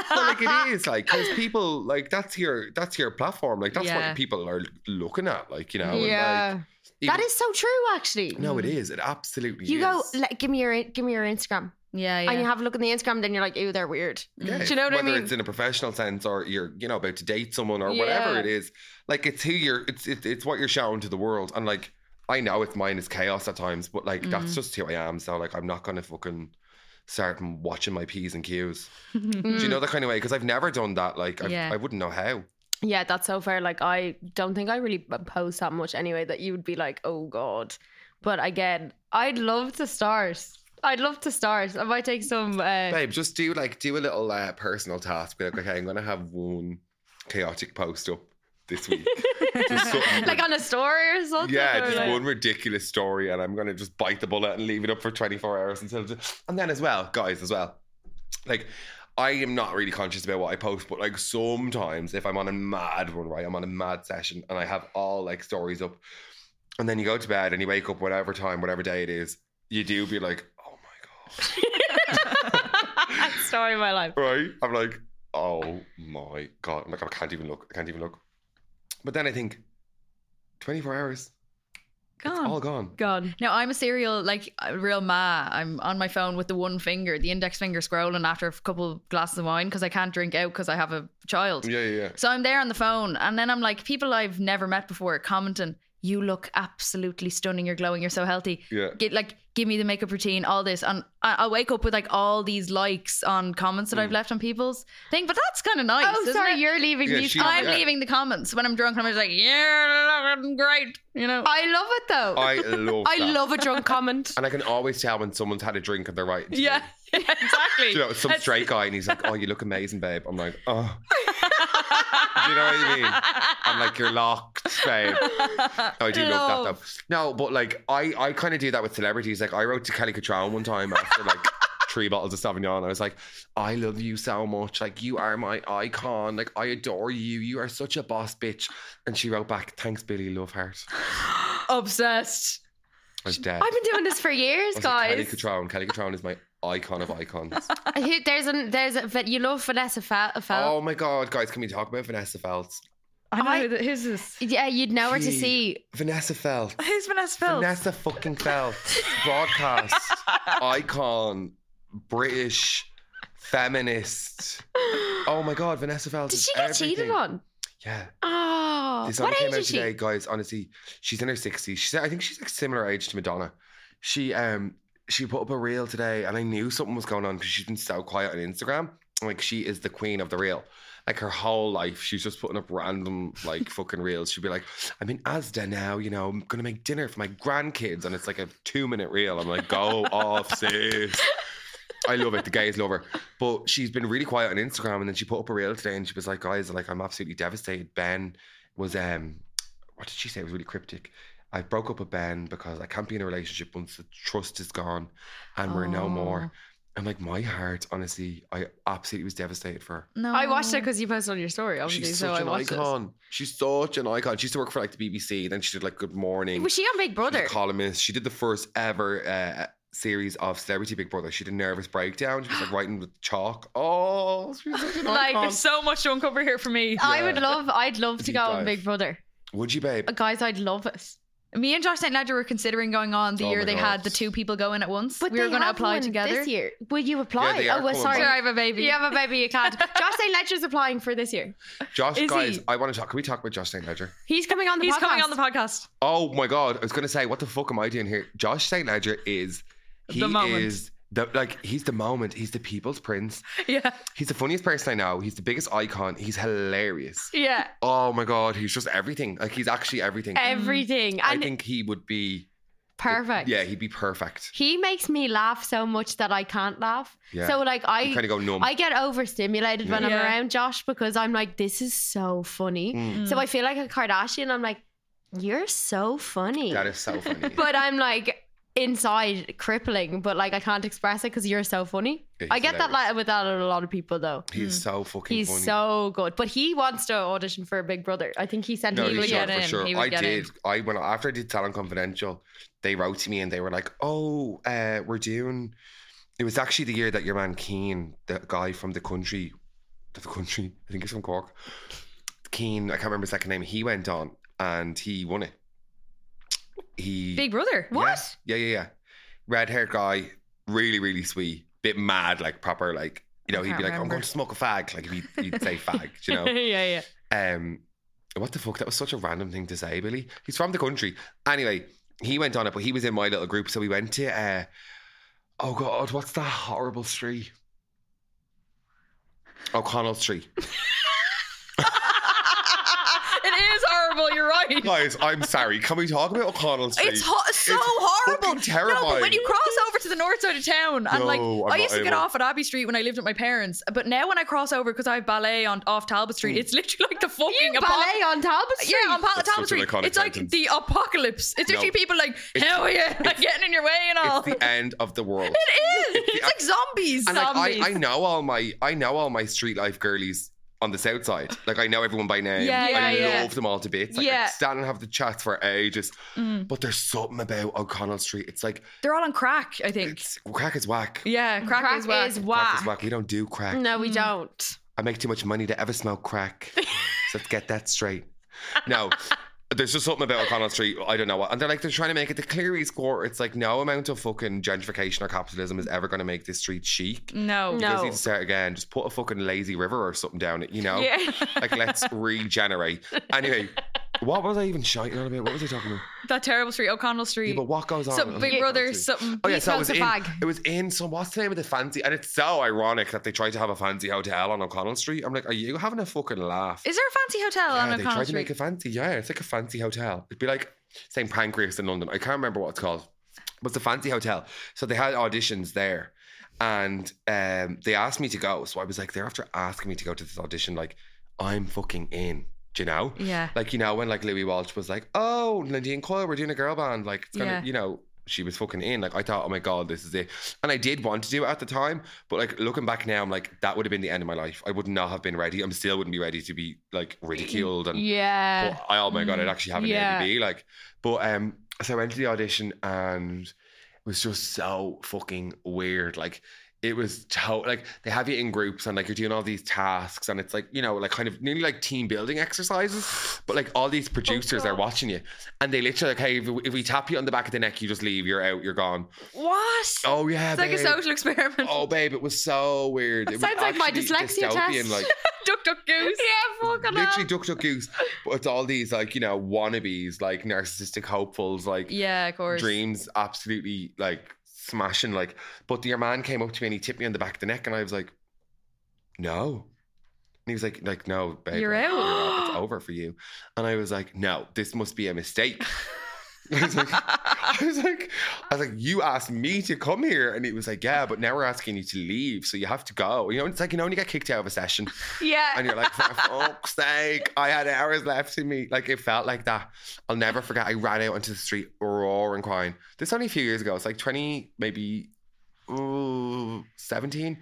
D: but like it is like because people like that's your that's your platform like that's
C: Yeah.
D: what people are looking at like you know and,
B: yeah,
D: like,
B: that
D: even-
B: is so true. Actually,
D: no it is it absolutely
B: You go,
D: is.
B: like, give me your give me your Instagram,
C: Yeah, yeah.
B: and you have a look on the Instagram. Then you're like, ew, they're weird.
D: Yeah,
B: do you know what I
D: whether
B: mean?
D: it's in a professional sense or you're you know about to date someone or whatever
B: Yeah.
D: it is like it's who you're it's it's, it's what you're showing to the world and like I know it's mine is chaos at times but like
B: Mm.
D: that's just who I am so like I'm not gonna fucking start m- watching my p's and q's do
B: Mm.
D: you know that kind of way because I've never done that like I've,
C: Yeah.
D: I wouldn't know how
B: Yeah, that's so fair. Like, I don't think I really b- post that much anyway that you would be like, oh God. But again, I'd love to start. I'd love to start. I might take some. Uh,
D: babe just do like do a little uh, personal task Be like okay i'm gonna have one chaotic post up this week Just something
B: like on a story or
D: rid-
B: something.
D: yeah,
B: or
D: just
B: like-
D: one ridiculous story, and I'm gonna just bite the bullet and leave it up for 24 hours until, and then as well, guys, as well, like I am not really conscious about what I post, but like sometimes if I'm on a mad one, right, I'm on a mad session, and I have all like stories up, and then you go to bed and you wake up whatever time, whatever day it is, you do be like, oh my god,
B: story of my life.
D: right? I'm like, oh my god! I'm like, I can't even look. I can't even look. But then I think, 24 hours, it's
B: Oh.
C: Gone.
D: all gone.
B: Gone.
C: Now I'm a serial like a real ma. I'm on my phone with the one finger, the index finger scrolling after a couple of glasses of wine because I can't drink out because I have a child.
D: Yeah, yeah, yeah.
C: So I'm there on the phone, and then I'm like, people I've never met before commenting, "You look absolutely stunning. You're glowing. You're so healthy."
D: Yeah.
C: Get like, give me the makeup routine, all this, and I, I wake up with like all these likes on comments that I've
D: Hmm.
C: left on people's thing. But that's kind of nice.
B: Oh,
C: isn't
B: sorry,
C: it?
B: you're leaving
D: Yeah,
B: these.
D: she-
C: I'm
D: Yeah.
C: leaving the comments when I'm drunk. and I'm just like, "You're looking great," you know.
B: I love it though.
D: I love.
B: I
D: that.
B: love a drunk comment.
D: And I can always tell when someone's had a drink and they're right. into
C: yeah,
D: me.
C: exactly.
D: You know, it's some straight guy, and he's like, "Oh, you look amazing, babe." I'm like, "Oh." Do you know what I mean? I'm like, "You're locked, babe." I do love that though. No, but like, I I kind of do that with celebrities. Like, I wrote to Kelly Cattrall one time after like three bottles of Sauvignon. I was like, "I love you so much. Like, you are my icon. Like, I adore you. You are such a boss bitch." And she wrote back, "Thanks, Billy Loveheart."
C: Obsessed.
D: I was dead.
B: I've been doing this for years,
D: I was like, Kelly
B: guys.
D: Cattrall. and Kelly Cattrall is my icon of icons.
B: Who- There's an there's a you love Vanessa Fel.
D: Oh my god, guys, can we talk about Vanessa Feltz?
C: I know
B: I-
C: who th- who's this.
B: Yeah, you'd know her to
D: She-
B: see.
D: Vanessa Feltz.
C: Who's Vanessa
D: Vanessa fucking Feltz. Broadcast icon, British feminist. Oh my god, Vanessa Feltz.
B: Did
D: is
B: she get cheated
D: everything.
B: on?
D: Yeah.
B: Oh,
D: This
B: what age
D: only came out
B: is she?
D: today, guys. Honestly, she's in her sixties. She's I think she's like similar age to Madonna. She um she put up a reel today, and I knew something was going on because she's been so quiet on Instagram. Like she is the queen of the reel. Like her whole life, she's just putting up random like fucking reels. She'd be like, "I'm in Asda now, you know, I'm gonna make dinner for my grandkids," and it's like a two minute reel. I'm like, "Go off, sis." I love it. The gays love her. But she's been really quiet on Instagram and then she put up a reel today and she was like, guys, like I'm absolutely devastated. Ben was um what did she say? It was really cryptic. I broke up with Ben because I can't be in a relationship once the trust is gone and we're no more.
B: Oh.
D: And like my heart, honestly, I absolutely was devastated for her.
C: No.
B: I watched it because you posted on your story, obviously.
D: She's
B: so
D: such
B: I
D: an
B: watched
D: icon. She's such an icon. She used to work for like the BBC. Then she did like Good
B: it.
D: Morning.
B: Was she on Big
D: She was
B: Brother?
D: a columnist. She did the first ever uh, series of Celebrity Big Brother. She did Nervous Breakdown. She was like writing with chalk. Oh, she was such an
C: Like,
D: icon.
C: there's so much to uncover here for me.
B: I
D: Yeah.
B: would love, I'd love to
D: Deep
B: go on
D: dive.
B: Big Brother.
D: Would you, babe?
B: Uh, Guys, I'd love it.
C: Me and Josh St. Ledger were considering going on the
D: Oh
C: year
D: my
C: they
D: God.
C: had the two people going at once. we were
B: they
C: going to
B: have
C: apply
B: one
C: together.
B: This year. Will you apply?
D: they are
B: oh, well,
D: coming
B: sorry.
D: back.
C: Sure, I have a baby.
B: You have a baby, you can't. Josh St. Ledger's applying for this year.
D: Josh,
C: Is
D: guys,
C: he?
D: I want to talk. Can we talk about Josh St. Ledger?
B: He's coming on the
C: He's
B: podcast.
C: coming on the podcast.
D: Oh my God. I was going to say, what the fuck am I doing here? Josh St. Ledger is. He
C: The moment.
D: is. The, like he's the moment. He's the people's prince.
C: Yeah.
D: He's the funniest person I know. He's the biggest icon. He's hilarious.
C: Yeah.
D: Oh my god, he's just everything. Like he's actually everything.
B: Everything.
D: I
B: And
D: think he would be
B: perfect.
D: Yeah, he'd be perfect.
B: He makes me laugh so much that I can't laugh.
D: Yeah.
B: So like I
D: kind of go numb.
B: I get overstimulated when
C: Yeah.
B: I'm
C: Yeah.
B: around Josh because I'm like, this is so funny.
D: Mm.
B: So I feel like a Kardashian. I'm like, you're so funny.
D: that is so funny.
B: But I'm like inside crippling, but like I can't express it because you're so funny.
D: Yeah, he's
B: I get that
D: hilarious.
B: like, with that on a lot of people though.
D: he's so fucking
B: He's
D: funny.
B: so good, but he wants to audition for Big Brother. I think he sent
D: no,
B: me
D: he
C: would
D: should
C: get
D: for
C: in,
D: sure.
C: he would
D: I
C: get in.
D: did. I when after I did Talent Confidential, they wrote to me and they were like, "Oh, uh, we're doing." It was actually the year that your man Keen, the guy from the country, the country, I think he's from Cork. Keen, I can't remember his second name. He went on and he won it. He
C: Big Brother.
D: Yeah. Yeah, yeah, yeah. Red haired guy, really, really sweet, bit mad, like proper, like you know, he'd
C: can't
D: be like, "I'm
C: remember.
D: going to smoke a fag," like he'd, he'd say "fag," you know.
B: yeah, yeah.
D: Um, what the fuck? That was such a random thing to say, Billy. He's from the country. Anyway, he went on it, but he was in my little group, so we went to. uh Oh God, what's that horrible street? O'Connell Street.
C: it is horrible. You're right.
D: Guys, I'm sorry. Can we talk about O'Connell Street?
C: It's ho- so
D: It's
C: horrible.
D: fucking
C: No, but when
D: terrifying.
C: you cross over to the north side of town, and like
D: No, I'm
C: I
D: not
C: used to get
D: able.
C: off at Abbey Street when I lived at my parents, but now when I cross over because I have ballet on off Talbot
D: Hmm.
C: Street, it's literally like the fucking apo-
B: Ballet on Talbot Street.
C: Yeah, on Pal-
D: That's
C: Talbot
D: such an
C: Street.
D: iconic
C: It's like
D: sentence.
C: the apocalypse. It's literally
D: No.
C: people like,
D: It's-
C: hell yeah, like getting in your way and all.
D: it's the end of the world.
C: it is.
D: it's the-
C: It's like zombies.
D: And like, I, I know all my I know all my street life girlies on the south side. Like I know everyone by name.
C: Yeah,
D: I
C: yeah, yeah.
D: love them all to bits. Like
C: Yeah.
D: I stand and have the chats for ages. But there's something about O'Connell Street. It's like
C: Mm. They're all on crack, I think.
D: it's, crack is whack.
C: yeah, crack,
B: crack
C: is whack. Hmm.
B: is
D: Crack
B: whack.
D: is whack. We don't do crack.
B: No, we don't.
D: I make too much money to ever smoke crack. so let's get that straight. No. There's just something about O'Connell Street. I don't know what. And they're like, they're trying to make it the Cleary's Quarter. It's like, no amount of fucking gentrification or capitalism is ever going to make this street chic.
C: no.
B: No.
D: You guys need to start again. Just put a fucking lazy river or something down it, you know?
C: Yeah.
D: Like, let's regenerate. Anyway, what was I even shouting on about? What was I talking about?
C: That terrible street, O'Connell Street.
D: Yeah, but what goes on?
C: so
D: on
C: Big
D: O'Connell
C: Brother,
D: Street?
C: something.
D: Oh yeah,
B: He
D: so it was
B: smokes
D: in.
B: a fag.
D: It was in. So what's the name of the fancy? And it's so ironic that they tried to have a fancy hotel on O'Connell Street. I'm like, are you having a fucking laugh?
C: Is there a fancy hotel
D: yeah,
C: on
D: they tried
C: O'Connell
D: to make
C: Street?
D: it fancy. Yeah, it's like a fancy hotel. It'd be like St Pancras in London. I can't remember what it's called, but it's a fancy hotel. So they had auditions there, and um, they asked me to go. So I was like, they're after asking me to go to this audition. Like, I'm fucking in. Do you know?
C: Yeah.
D: Like you know when like Louis Walsh was like, oh, Lindy and Coyle, we're doing a girl band. Like it's gonna,
C: Yeah.
D: you know. She was fucking in. Like I thought, oh my god, this is it. And I did want to do it at the time, but like looking back now, I'm like that would have been the end of my life. I would not have been ready. I'm still wouldn't be ready to be like ridiculed and
B: Yeah.
D: but I, oh my god, I'd actually have an
B: Uh, mm, yeah.
D: ADB. Like, but um, so I went to the audition and it was just so fucking weird. Like, it was to- like they have you in groups and like you're doing all these tasks and it's like you know like kind of nearly like team building exercises, but like all
B: Oh,
D: these producers are watching you and they literally like, hey, if we, if we tap you on the back of the neck, you just leave. You're out. You're gone.
C: What?
D: Oh yeah,
C: it's like a
D: babe.
C: social experiment.
D: Oh babe, it was so weird. It was
B: Sounds like my
D: actually
B: dyslexia
D: dystopian,
B: test.
D: Like,
C: duck, duck, goose. Yeah, fucking
D: literally duck duck goose but it's all these like you know wannabes like narcissistic hopefuls like
C: Yeah, of course.
D: dreams absolutely like smashing like but your man came up to me and he tipped me on the back of the neck and i was like no and he was like like no babe
C: You're
D: like,
C: out.
D: it's over for you and i was like no this must be a mistake I was like, I was like, I was like, you asked me to come here, and he was like, yeah, but now we're asking you to leave, so you have to go. You know, it's like you know when you get kicked out of a session, and
C: Yeah.
D: you're like, for fuck's sake, I had hours left in me. Like it felt like that. I'll never forget. I ran out onto the street roaring, crying. This only a few years ago. It's like 20, maybe ooh, 17.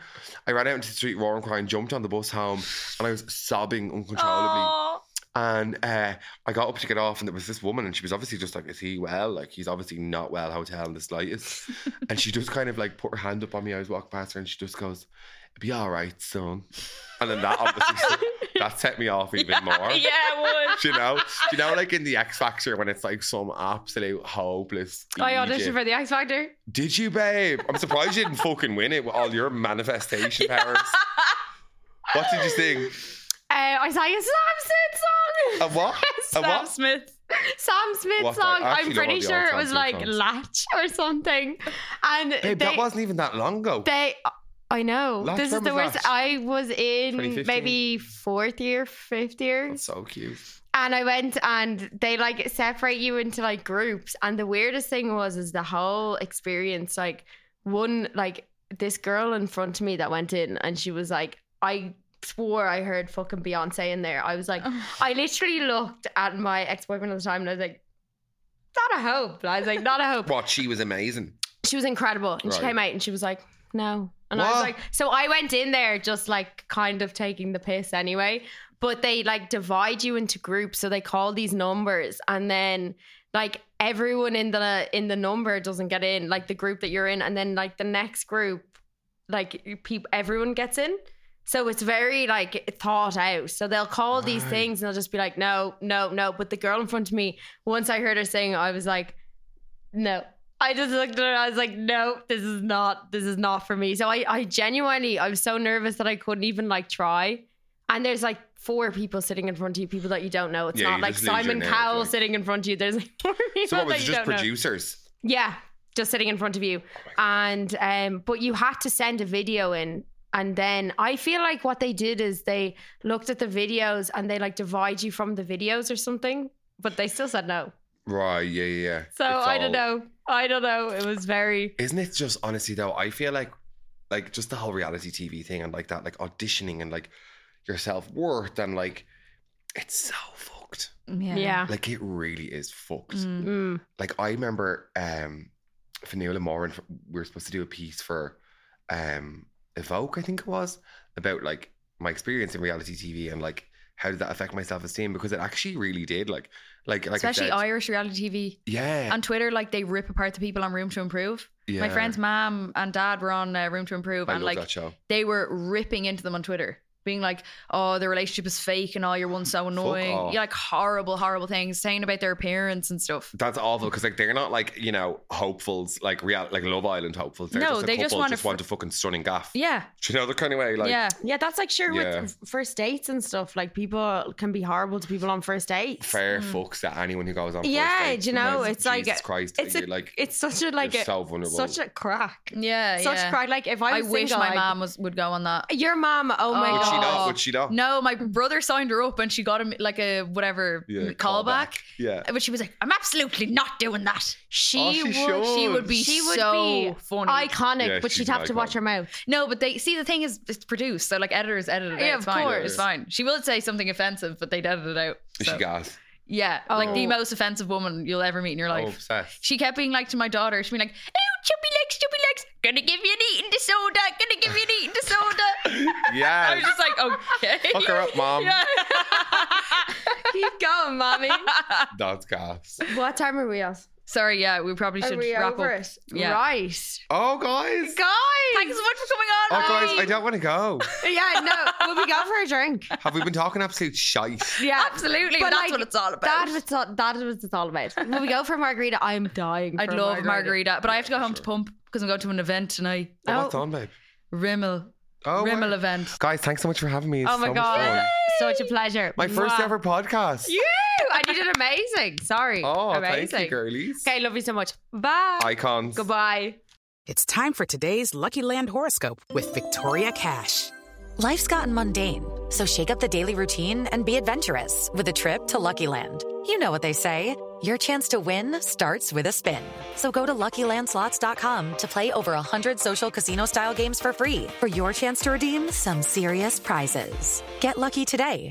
D: I ran out into the street roaring, crying, jumped on the bus home, and I was sobbing uncontrollably.
C: Aw.
D: And uh, I got up to get off, and there was this woman, and she was obviously just like, "Is he well? Like he's obviously not well. Hotel in the slightest." and she just kind of like put her hand up on me. I was walking past her, and she just goes, "It'll "Be all right, son." And then that obviously set- that set me off even more.
C: Yeah, it would.
D: Do you know? Do you know like in the X Factor when it's like some absolute hopeless?
B: I
D: Egypt?
B: auditioned for the X Factor.
D: Did you, babe? I'm surprised you didn't fucking win it with all your manifestation powers. What did you sing?
B: Uh, I sang a Sam Smith
D: A
B: song.
D: what? A
C: Sam
D: what?
C: Smith.
B: Sam Smith
D: What? I
B: song.
D: actually
B: I'm
D: know
B: pretty
D: all the
B: sure
D: old
B: it
D: Sam
B: was
D: Smith
B: like
D: songs.
B: Latch or something. And
D: Babe,
B: they,
D: that wasn't even that long ago.
B: they. I know.
D: Latch,
B: this is
D: when
B: the
D: was
B: worst.
D: that?
B: I was in
D: 2015?
B: maybe fourth year, fifth year.
D: That's so cute.
B: and I went and they like separate you into like groups. And the weirdest thing was is the whole experience. Like one like this girl in front of me that went in and she was like, I swore I heard fucking Beyonce in there. I was like, I literally looked at my ex boyfriend at the time and I was like, not a hope. I was like, not a hope
D: What? She was amazing.
B: she was incredible and she
D: Right.
B: came out and she was like no and i was
D: What?
B: like so i went in there just like kind of taking the piss anyway but they like divide you into groups so they call these numbers and then like everyone in the in the number doesn't get in like the group that you're in and then like the next group like people everyone gets in so it's very like thought out. So they'll call these
D: Right.
B: things and they'll just be like, no, no, no. But the girl in front of me, once I heard her sing, I was like, no. I just looked at her. and I was like, no, this is not, this is not for me. So I, I genuinely, I was so nervous that I couldn't even like try. And there's like four people sitting in front of you, people that you don't know. It's
D: Yeah,
B: not
D: you
B: like
D: just lose your
B: Simon
D: nerve,
B: Cowell
D: like-
B: sitting in front of you. There's like four people
D: So what was
B: that you
D: it, just Oh
B: don't know.
D: producers?
B: Yeah, just sitting in front of you. And um but you had to send a video in and then I feel like what they did is they looked at the videos and they like divide you from the videos or something, but they still said no.
D: Right. Yeah. Yeah. yeah.
B: So
D: It's
B: I don't
D: all-
B: know. I don't know. It was very
D: Isn't it just honestly though? I feel like, like just the whole reality TV thing and like that, like auditioning and like your self worth and like it's so fucked.
C: Yeah.
B: yeah.
D: Like it really is fucked.
C: Mm.
B: Mm.
D: like I remember um Fanula Moran we were supposed to do a piece for um Evoke, I think it was, about like my experience in reality TV and like how did that affect my self esteem because it actually really did. Like like like I
C: Especially
D: said-
C: Irish reality TV.
D: Yeah.
C: On Twitter, like they rip apart the people on Room to Improve.
D: yeah.
C: My friend's mom and dad were on uh, Room to Improve,
D: I
C: and
D: love
C: like
D: that show.
C: they were ripping into them on Twitter, being like, "Oh, their relationship is fake, and all your one's so annoying."
D: off.
C: Yeah, like horrible, horrible things, saying about their appearance and stuff.
D: That's awful because like they're not like, you know, hopefuls, like real like Love Island hopefuls. They're
C: No,
D: just a
C: they just
D: couple
C: want a
D: just
C: fr-
D: want a fucking stunning gaff.
C: Yeah,
D: Do you know the kind of way like
C: yeah,
B: Yeah, that's like sure
D: Yeah.
B: with first dates and stuff. Like people can be horrible to people on first dates.
D: fair
C: Mm.
D: fucks that anyone who goes on
B: Yeah,
D: first dates
B: do you know,
D: because
B: it's like-
D: Jesus Christ,
B: It's
D: you're
B: a,
D: like
B: it's such a like
D: you're
B: a,
D: so vulnerable.
B: such a crack.
C: yeah,
B: Such
C: yeah.
B: crack. Like if I,
C: I
B: was
C: wish
B: single,
C: my
B: I'd-
C: mom was would go on that.
B: Your mom, oh my
C: Oh.
D: Would she
B: god.
D: not? Would she not?
C: No, my brother signed her up, and she got him like a whatever
D: Yeah,
C: callback.
D: Yeah.
C: But she was like, "I'm absolutely not doing that."
B: She,
D: Oh, she
B: would.
D: should.
C: She would be
B: She would
C: so
B: be
C: funny.
B: Iconic,
D: Yeah,
B: but
D: she's
B: she'd have to
D: icon.
B: watch her mouth.
C: No, but they see the thing is it's produced, so like editors edit it.
B: Yeah,
C: out. It's
B: of
C: fine.
B: course.
C: It's fine. She will say something offensive, but they edit it out.
D: Is
C: so-
D: she gas?
C: yeah, like the
B: Oh.
C: most offensive woman you'll ever meet in your
D: Oh,
C: life.
D: obsessed.
C: She kept being like to my daughter, she'd be like, "Oh, chubby legs, chubby legs, gonna give you an eating disorder, gonna give you an eating disorder." I was
D: Yeah.
C: just like, "Okay."
D: Fuck her up, mom.
C: Yeah.
B: Keep going, mommy.
D: That's gas.
B: what time are we at?
C: Sorry, yeah, we probably
B: Are
C: should
B: we
C: wrap
B: over
C: up.
B: it?
C: Yeah.
B: Right.
D: Oh, guys.
B: Guys.
C: Thanks so much for coming on.
D: Oh, guys, I
C: Ryan.
D: don't want to go.
B: Yeah, no, will we go for a drink?
D: Have we been talking absolute shite?
B: Yeah.
C: Absolutely,
B: But,
C: that's
B: like,
C: what it's all about.
B: That was all, that was it's all about. Will we go for a margarita? I'm dying.
C: I'd
B: for a
C: love margarita. but I have to go home to
D: sure.
C: pump because I'm going to an event tonight.
D: Oh,
B: Oh.
D: what's on, babe?
C: Rimmel,
D: Oh,
C: Rimmel
D: wow.
C: event.
D: guys, thanks so much for having me. It's
B: Oh my
D: so much
B: god,
D: fun.
B: such a pleasure.
D: My first
B: Mwah.
D: ever podcast.
B: You and you did amazing. Sorry.
D: Oh,
B: amazing.
D: thank you, girlies.
B: Okay, love you so much. Bye.
D: Icons.
B: Goodbye.
E: It's time for today's Lucky Land horoscope with Victoria Cash.
F: Life's gotten mundane, so shake up the daily routine and be adventurous with a trip to Lucky Land. You know what they say Your chance to win starts with a spin. So go to LuckyLandSlots.com to play over 100 social casino-style games for free for your chance to redeem some serious prizes. Get lucky today